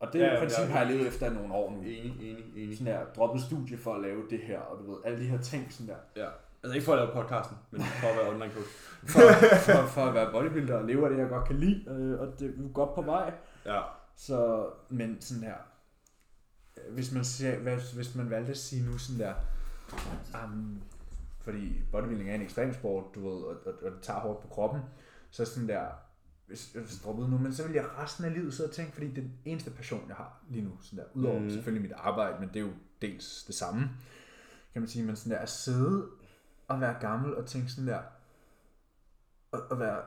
Og det Ja, ja, ja, ja, princip ja. har jeg levet efter i nogle år nu. Enig, enig, enig. Sådan her, droppet studie for at lave det her, og du ved, alle de her ting sådan der. Ja. Altså ikke for at lave podcasten, men for at være online coach. For, for, for at være bodybuilder og leve af det, jeg godt kan lide. Øh, og det er jo godt på vej. Ja. Så, men sådan her, hvis man, ser, hvis, hvis man valgte at sige nu sådan der, um, fordi bodybuilding er en ekstrem sport, du ved, og, og, og det tager hårdt på kroppen, så sådan der, hvis jeg droppede ud nu, men så vil jeg resten af livet sidde og tænke, fordi det er den eneste passion, jeg har lige nu, sådan der, udover mm. selvfølgelig mit arbejde, men det er jo dels det samme, kan man sige, men sådan der, at sidde og være gammel og tænke sådan der, og, og være,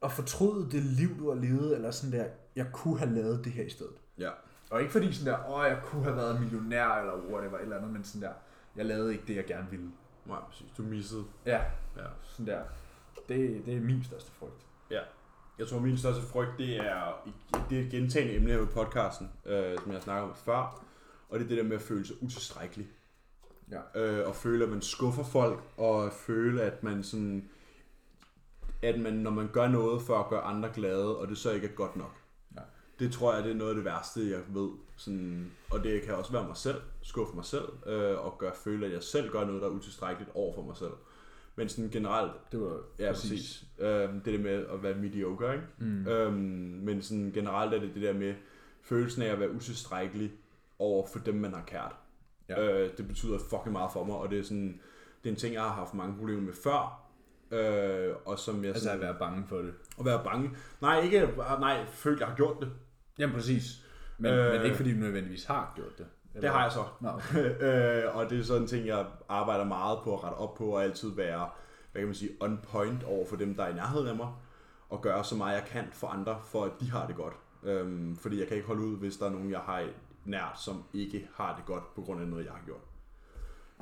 og fortryde det liv, du har levet, eller sådan der, jeg kunne have lavet det her i stedet. Ja. Og ikke fordi sådan der, åh, jeg kunne have været millionær, eller whatever, et eller andet, men sådan der, jeg lavede ikke det, jeg gerne ville. Nej, præcis. Du missede. Ja, Ja. sådan der. Det, det er min største frygt. Ja. Jeg tror, min største frygt, det er, det er et gentagende emne her ved podcasten, øh, som jeg har snakket om før. Og det er det der med at føle sig utilstrækkelig. Ja. Øh, og føle, at man skuffer folk, og føle, at man sådan at man, når man gør noget for at gøre andre glade, og det så ikke er godt nok. Nej. Det tror jeg, det er noget af det værste, jeg ved. Sådan, og det kan også være mig selv, skuffe mig selv, øh, og gøre føle, at jeg selv gør noget, der er utilstrækkeligt over for mig selv. Men sådan generelt, Det var Ja, præcis. præcis. Øhm, det der med at være mediocre, ikke? Mm. Øhm, men sådan generelt er det det der med følelsen af at være utilstrækkelig over for dem, man har kært. Ja. Ja. Øh, det betyder fucking meget for mig, og det er sådan, det er en ting, jeg har haft mange problemer med før. Øh, og som jeg Altså sådan, at være bange for det. at være bange. Nej, ikke, nej, følt, jeg har gjort det. Jamen præcis. Men, øh, men ikke fordi du nødvendigvis har gjort det. Eller? Det har jeg så. Nå, [laughs] okay. øh, og det er sådan en ting, jeg arbejder meget på at rette op på, og altid være, hvad kan man sige, on point over for dem, der er i nærheden af mig, og gøre så meget, jeg kan for andre, for at de har det godt. Øhm, fordi jeg kan ikke holde ud, hvis der er nogen, jeg har nært, som ikke har det godt, på grund af noget, jeg har gjort.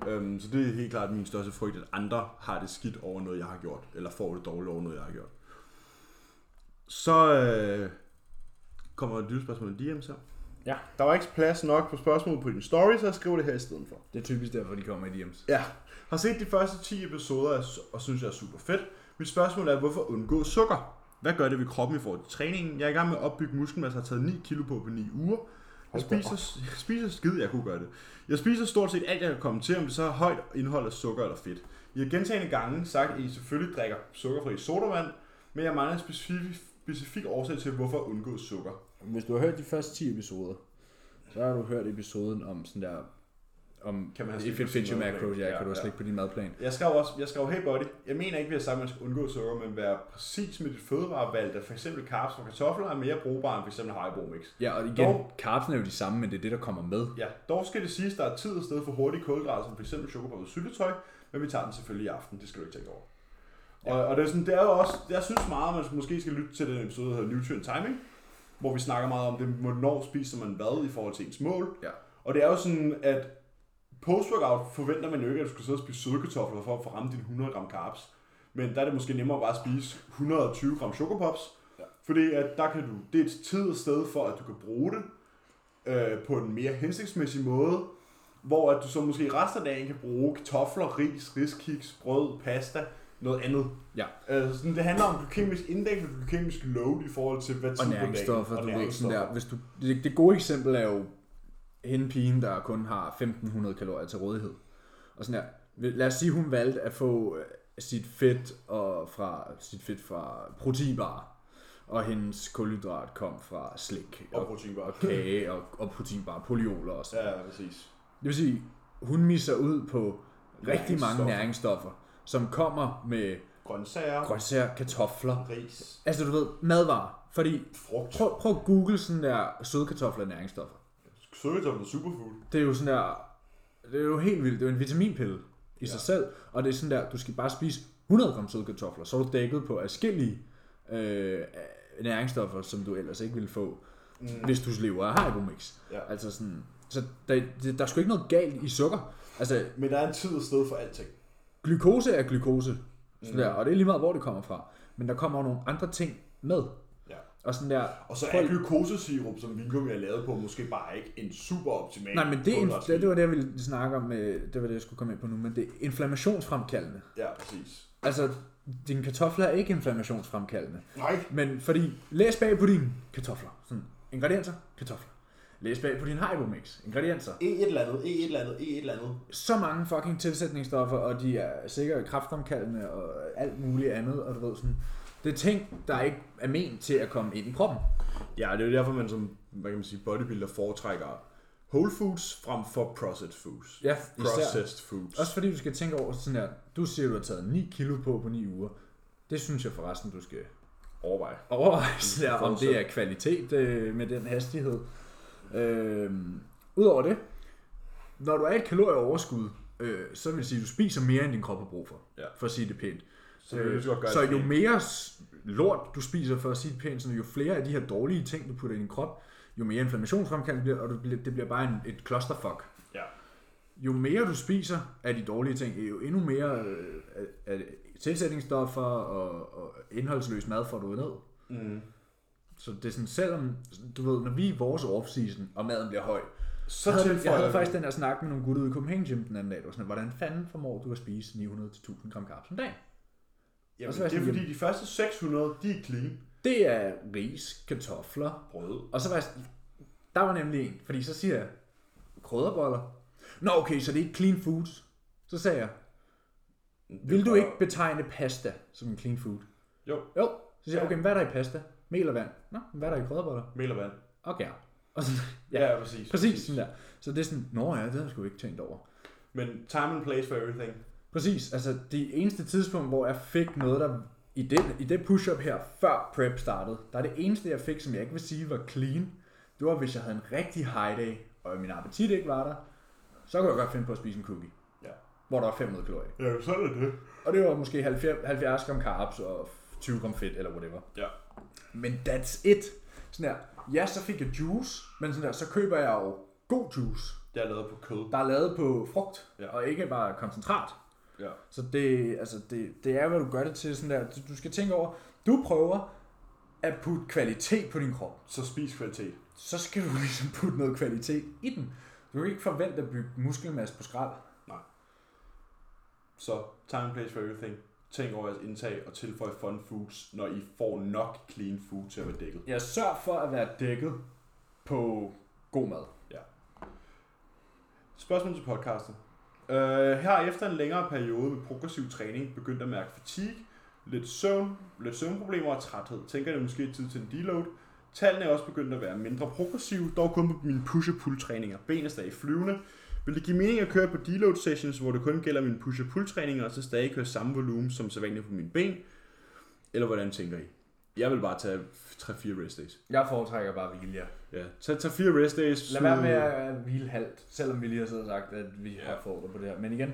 Øhm, så det er helt klart min største frygt, at andre har det skidt over noget, jeg har gjort, eller får det dårligt over noget, jeg har gjort. Så øh, kommer et lydspørgsmål i DM's her. Ja. Der var ikke plads nok på spørgsmålet på din story, så jeg skriver det her i stedet for. Det er typisk derfor, de kommer i DM's. Ja. Har set de første 10 episoder og s- og synes, jeg er super fedt. Mit spørgsmål er, hvorfor undgå sukker? Hvad gør det ved kroppen i forhold til træningen? Jeg er i gang med at opbygge muskelmasse og har taget 9 kilo på på 9 uger. Jeg spiser, jeg [laughs] spiser skid, jeg kunne gøre det. Jeg spiser stort set alt, jeg kan komme til, om det så er højt indhold af sukker eller fedt. I har gentagende gange sagt, at I selvfølgelig drikker sukkerfri sodavand, men jeg mangler en specifik, specifik årsag til, hvorfor undgå sukker. Hvis du har hørt de første 10 episoder, så har du hørt episoden om sådan der om Kan man have slik if på it fits sin your madplan? macros, ja, Ja, kan du have ja. slik på din madplan. Jeg skrev også, jeg skrev, hey buddy, jeg mener ikke, vi har sagt, at man skal undgå sukker, men være præcis med dit fødevarevalg, da f.eks. carbs fra kartofler er mere brugbare end f.eks. haribo-mix. Ja, og igen, Dog- carbsen er jo de samme, men det er det, der kommer med. Ja, dog skal det siges, at der er tid og sted for hurtige kulhydrater, som f.eks. chokobadet syltetøj, men vi tager den selvfølgelig i aften, det skal du ikke tænke over. Og, og det, er sådan, det er jo også, jeg synes meget, at man måske skal lytte til den episode, der hedder Nutrient Timing, hvor vi snakker meget om det, hvornår spiser man hvad i forhold til ens mål. Ja. Og det er jo sådan, at post-workout forventer man jo ikke, at du skal sidde og spise søde kartofler for at få ramt dine 100 gram carbs. Men der er det måske nemmere bare at spise 120 gram chokopops, ja. fordi at der kan du, det er et tid og sted for, at du kan bruge det øh, på en mere hensigtsmæssig måde, hvor at du så måske resten af dagen kan bruge kartofler, ris, riskiks, brød, pasta, noget andet. Ja. Altså sådan, det handler om glykemisk indeks og glykemisk load i forhold til, hvad tid på og dagen- næringsstoffer, og du ved sådan næringsstoffer. der. Hvis du, det, det gode eksempel er jo hende pigen, der kun har 1500 kalorier til rådighed. Og sådan der. Lad os sige, hun valgte at få øh, sit fedt, og fra, sit fedt fra proteinbarer, og hendes kulhydrat kom fra slik, Og og, proteinbar. og kage, og, og proteinbarer, polioler og sådan Ja, præcis. det vil sige, hun misser ud på rigtig mange Næringsstoffer. næringsstoffer, som kommer med Grøntsager, grøntsager, kartofler. ris, Altså du ved, madvarer. Fordi frugt. prøv, prøv at google sådan der søde kartofler og næringsstoffer. Søgetommer superfood. Det er jo sådan der, det er jo helt vildt. Det er jo en vitaminpille i ja. sig selv. Og det er sådan der, du skal bare spise 100 gram søde kartofler, så er du dækket på afskillige øh, næringsstoffer, som du ellers ikke ville få, mm. hvis du lever af Haribo-mix. Ja. Altså sådan, så der, der, der er sgu ikke noget galt i sukker. Altså, Men der er en tid og sted for alting. glukose er glukose, sådan der, og det er lige meget, hvor det kommer fra. Men der kommer jo nogle andre ting med. Ja. Og sådan der, Og så er glukosesirup, som vingummi er lavet på, måske bare ikke en super optimal. Nej, men det, er inf- kulhydratstil. det var det, jeg ville snakke om, øh, det var det, jeg skulle komme ind på nu, men det er inflammationsfremkaldende. Ja, præcis. Altså, dine kartofler er ikke inflammationsfremkaldende. Nej. Men fordi, læs bag på dine kartofler. Sådan, ingredienser, kartofler. Læs bag på din Haribo-mix. Ingredienser. E et eller andet, E et eller andet, E et eller andet. Så mange fucking tilsætningsstoffer, og de er sikkert kraftfremkaldende og alt muligt andet, og du ved sådan... Det er ting, der ikke er ment til at komme ind i kroppen. Ja, det er jo derfor, man som hvad kan man sige, bodybuilder foretrækker whole foods frem for processed foods. Ja, især. Processed foods. Også fordi du skal tænke over sådan her, du siger, du har taget 9 kilo på på 9 uger. Det synes jeg forresten, du skal Overvej. overvejelsen er, om fortsæt. det er kvalitet øh, med den hastighed. Øh, Udover det, når du er i et kalorieoverskud, øh, så vil det sige, at du spiser mere, end din krop har brug for, Ja. for at sige det pænt. Så kan du lige så godt gøre Øh, så det jo pænt. mere s- lort du spiser, for at sige det pænt, så jo flere af de her dårlige ting, du putter i din krop, jo mere inflammationsfremkaldende bliver, og du bliver, det bliver bare en, et clusterfuck. Ja. Jo mere du spiser af de dårlige ting, jo endnu mere øh, af, af tilsætningsstoffer og, og indholdsløs mad får du ned. Mm. Så det er sådan, selvom, du ved, når vi er i vores off-season, og maden bliver høj, så Så havde, jeg, jeg havde tilføjer faktisk den her snak med nogle gutter ude i Copenhagen Gym den anden dag, der var sådan, hvordan fanden formår du at spise 900-1000 gram carbs om dagen? Jamen, Og så var jeg det er sådan, fordi, de første 600, de er clean. Det er ris, kartofler, Brød. og så var jeg sådan, der var nemlig en, fordi så siger jeg, krydderboller. Nå okay, så det er ikke clean foods. Så sagde jeg, vil du ikke betegne pasta som en clean food? Jo. Jo, så siger jeg, okay, men hvad er der i pasta? Mel og vand. Nå, men hvad er der i krydderboller? Mel og vand. Okay. Og så, Ja, ja præcis. Præcis, sådan der. Så det er sådan, nå ja, det har jeg sgu ikke tænkt over. Men time and place for everything. Præcis, altså det eneste tidspunkt, hvor jeg fik noget, der i det, i det push-up her, før prep startede, der er det eneste, jeg fik, som jeg ikke vil sige var clean, det var, hvis jeg havde en rigtig high day, og min appetit ikke var der, så kunne jeg godt finde på at spise en cookie. Ja. Hvor der var 500 kalorier. Ja, så er det det. Og det var måske 70, 70 gram carbs og 20 gram fedt, eller whatever. Ja. Men that's it. Sådan her, ja, så fik jeg juice, men sådan der, så køber jeg jo god juice. Det er lavet på kød. der er lavet på frugt, Ja. ja. og ikke bare koncentrat. Ja. Så det, altså det, det er, hvad du gør det til. Sådan der. Du- Du skal tænke over, du prøver at putte kvalitet på din krop. Så spis kvalitet. Så skal du [laughs] ligesom putte noget kvalitet i den. Du kan ikke forvente at bygge muskelmasse på skrald. Så time and place for everything. Tænk over jeres indtag og tilføj fun foods, når I får nok clean food til at være dækket. Jeg sørg for at være dækket på god mad. Spørgsmål til podcasten. Øh, her efter en længere periode med progressiv træning begyndt at mærke fatigue, lidt søvn, lidt søvnproblemer og træthed. Tænker det måske er tid til en deload. Tallene er også begyndt at være mindre progressive, dog kun på mine push og pull træninger. Ben er stadig flyvende. Vil det give mening at køre på deload sessions, hvor det kun gælder mine push og pull træninger, og så stadig køre samme volumen som sædvanligt på mine ben? Eller hvordan tænker I? Jeg vil bare tage 3-4 rest days. Jeg foretrækker bare at hvile jer. Ja, tag 3-4 rest days. Lad være med at hvile halvt, selvom vi lige har siddet og sagt, at vi har fået på det her. Men igen,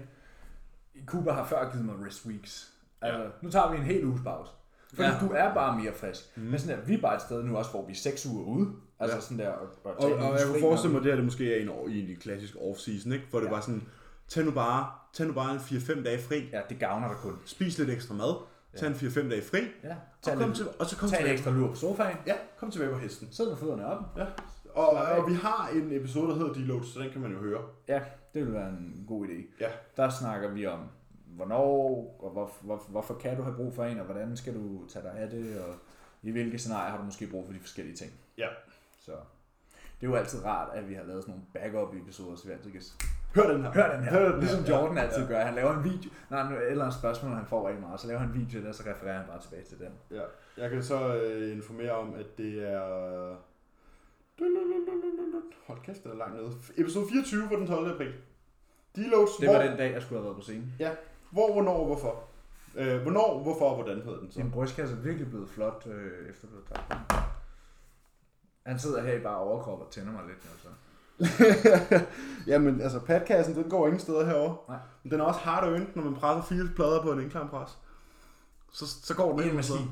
Cuba har før givet mig rest weeks. Altså, nu tager vi en hel uges pause. Fordi Ja. ja. du er bare mere frisk. Mm. Mhm. Men sådan der, vi er bare et sted nu også, hvor vi er seks uger ude. Altså ja. sådan der, og, og, Og, tage og en jeg fri, kunne når forestille mig, vi- at det her det måske er i en, år- i en klassisk off-season, ikke? Hvor det ja. var sådan, tag nu bare, tag nu bare en 4-5 dage fri, Ja, det gavner dig kun. spis lidt ekstra mad, tag en 4-5 dage fri, Ja, tag, og, kom en, til, og så kom tag en tilbage. ekstra lur på sofaen. Ja, kom tilbage på hesten. Sid med fødderne op. Ja. Og, og vi har en episode, der hedder Deload, så den kan man jo høre. Ja, det vil være en god idé. Ja. Der snakker vi om, hvornår og hvor, hvor, hvorfor kan du have brug for en, og hvordan skal du tage dig af det, og i hvilke scenarier har du måske brug for de forskellige ting. Ja. Så det er jo altid rart, at vi har lavet sådan nogle backup-episoder, så vi altid kan s- Hør den her. høre den her. Hør den her. Ligesom Jordan altid gør. Han laver en video, nej, nu- eller en spørgsmål, han får rigtig meget, så laver han en video, der så refererer han bare tilbage til den. Ja. Jeg kan så øh, informere om, at det er... Hold kæft, den er langt nede. Episode 24 på den 12. april. Deloads, Det var den dag, jeg skulle have været på scenen. hvor, hvornår, hvorfor? Øh, hvornår, hvorfor og hvordan hedder den så? Din brystkasse er virkelig blevet flot, øh, efter du har dræbt den. Han sidder her i bare overkrop og tænder mig lidt nu, så. [laughs] Jamen, altså, padkassen, den går ingen steder herover. Nej. Men den er også hard earned, når man presser fire plader på en indklampres. Så, så går den I en ind, så- maskine.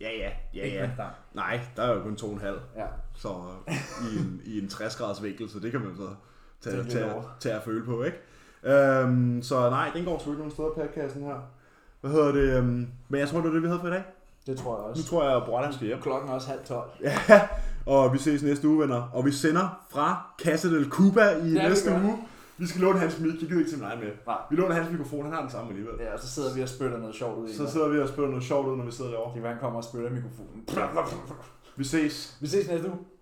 Ja, ja, ja, Ikke ja. med dig. Nej, der er jo kun to og en halv. Ja. Så øh, i en, i en 60 graders vinkel, så det kan man så tage, tage, lidt tage, over. tage at føle på, ikke? Øhm, så nej, den går sgu ikke nogen steder, padkassen her. Hvad hedder det? Øhm, men jeg tror, det var det, vi havde for i dag. Det tror jeg Nu også. tror jeg, at Brøndheim skal hjem. Klokken er også halv tolv. Ja, og vi ses næste uge, venner. Og vi sender fra Casa del Cuba i vi ja, næste gør. uge. Vi skal låne hans mic. Jeg gider ikke til mig med. Nej. Vi låner hans mikrofon. Han har den samme alligevel. Ja, og så sidder vi og spytter noget sjovt ud i Så sidder vi og spiller noget sjovt ud, når vi sidder derovre. Det kan være, han kommer og spytter i mikrofonen. Vi ses. Vi ses næste uge.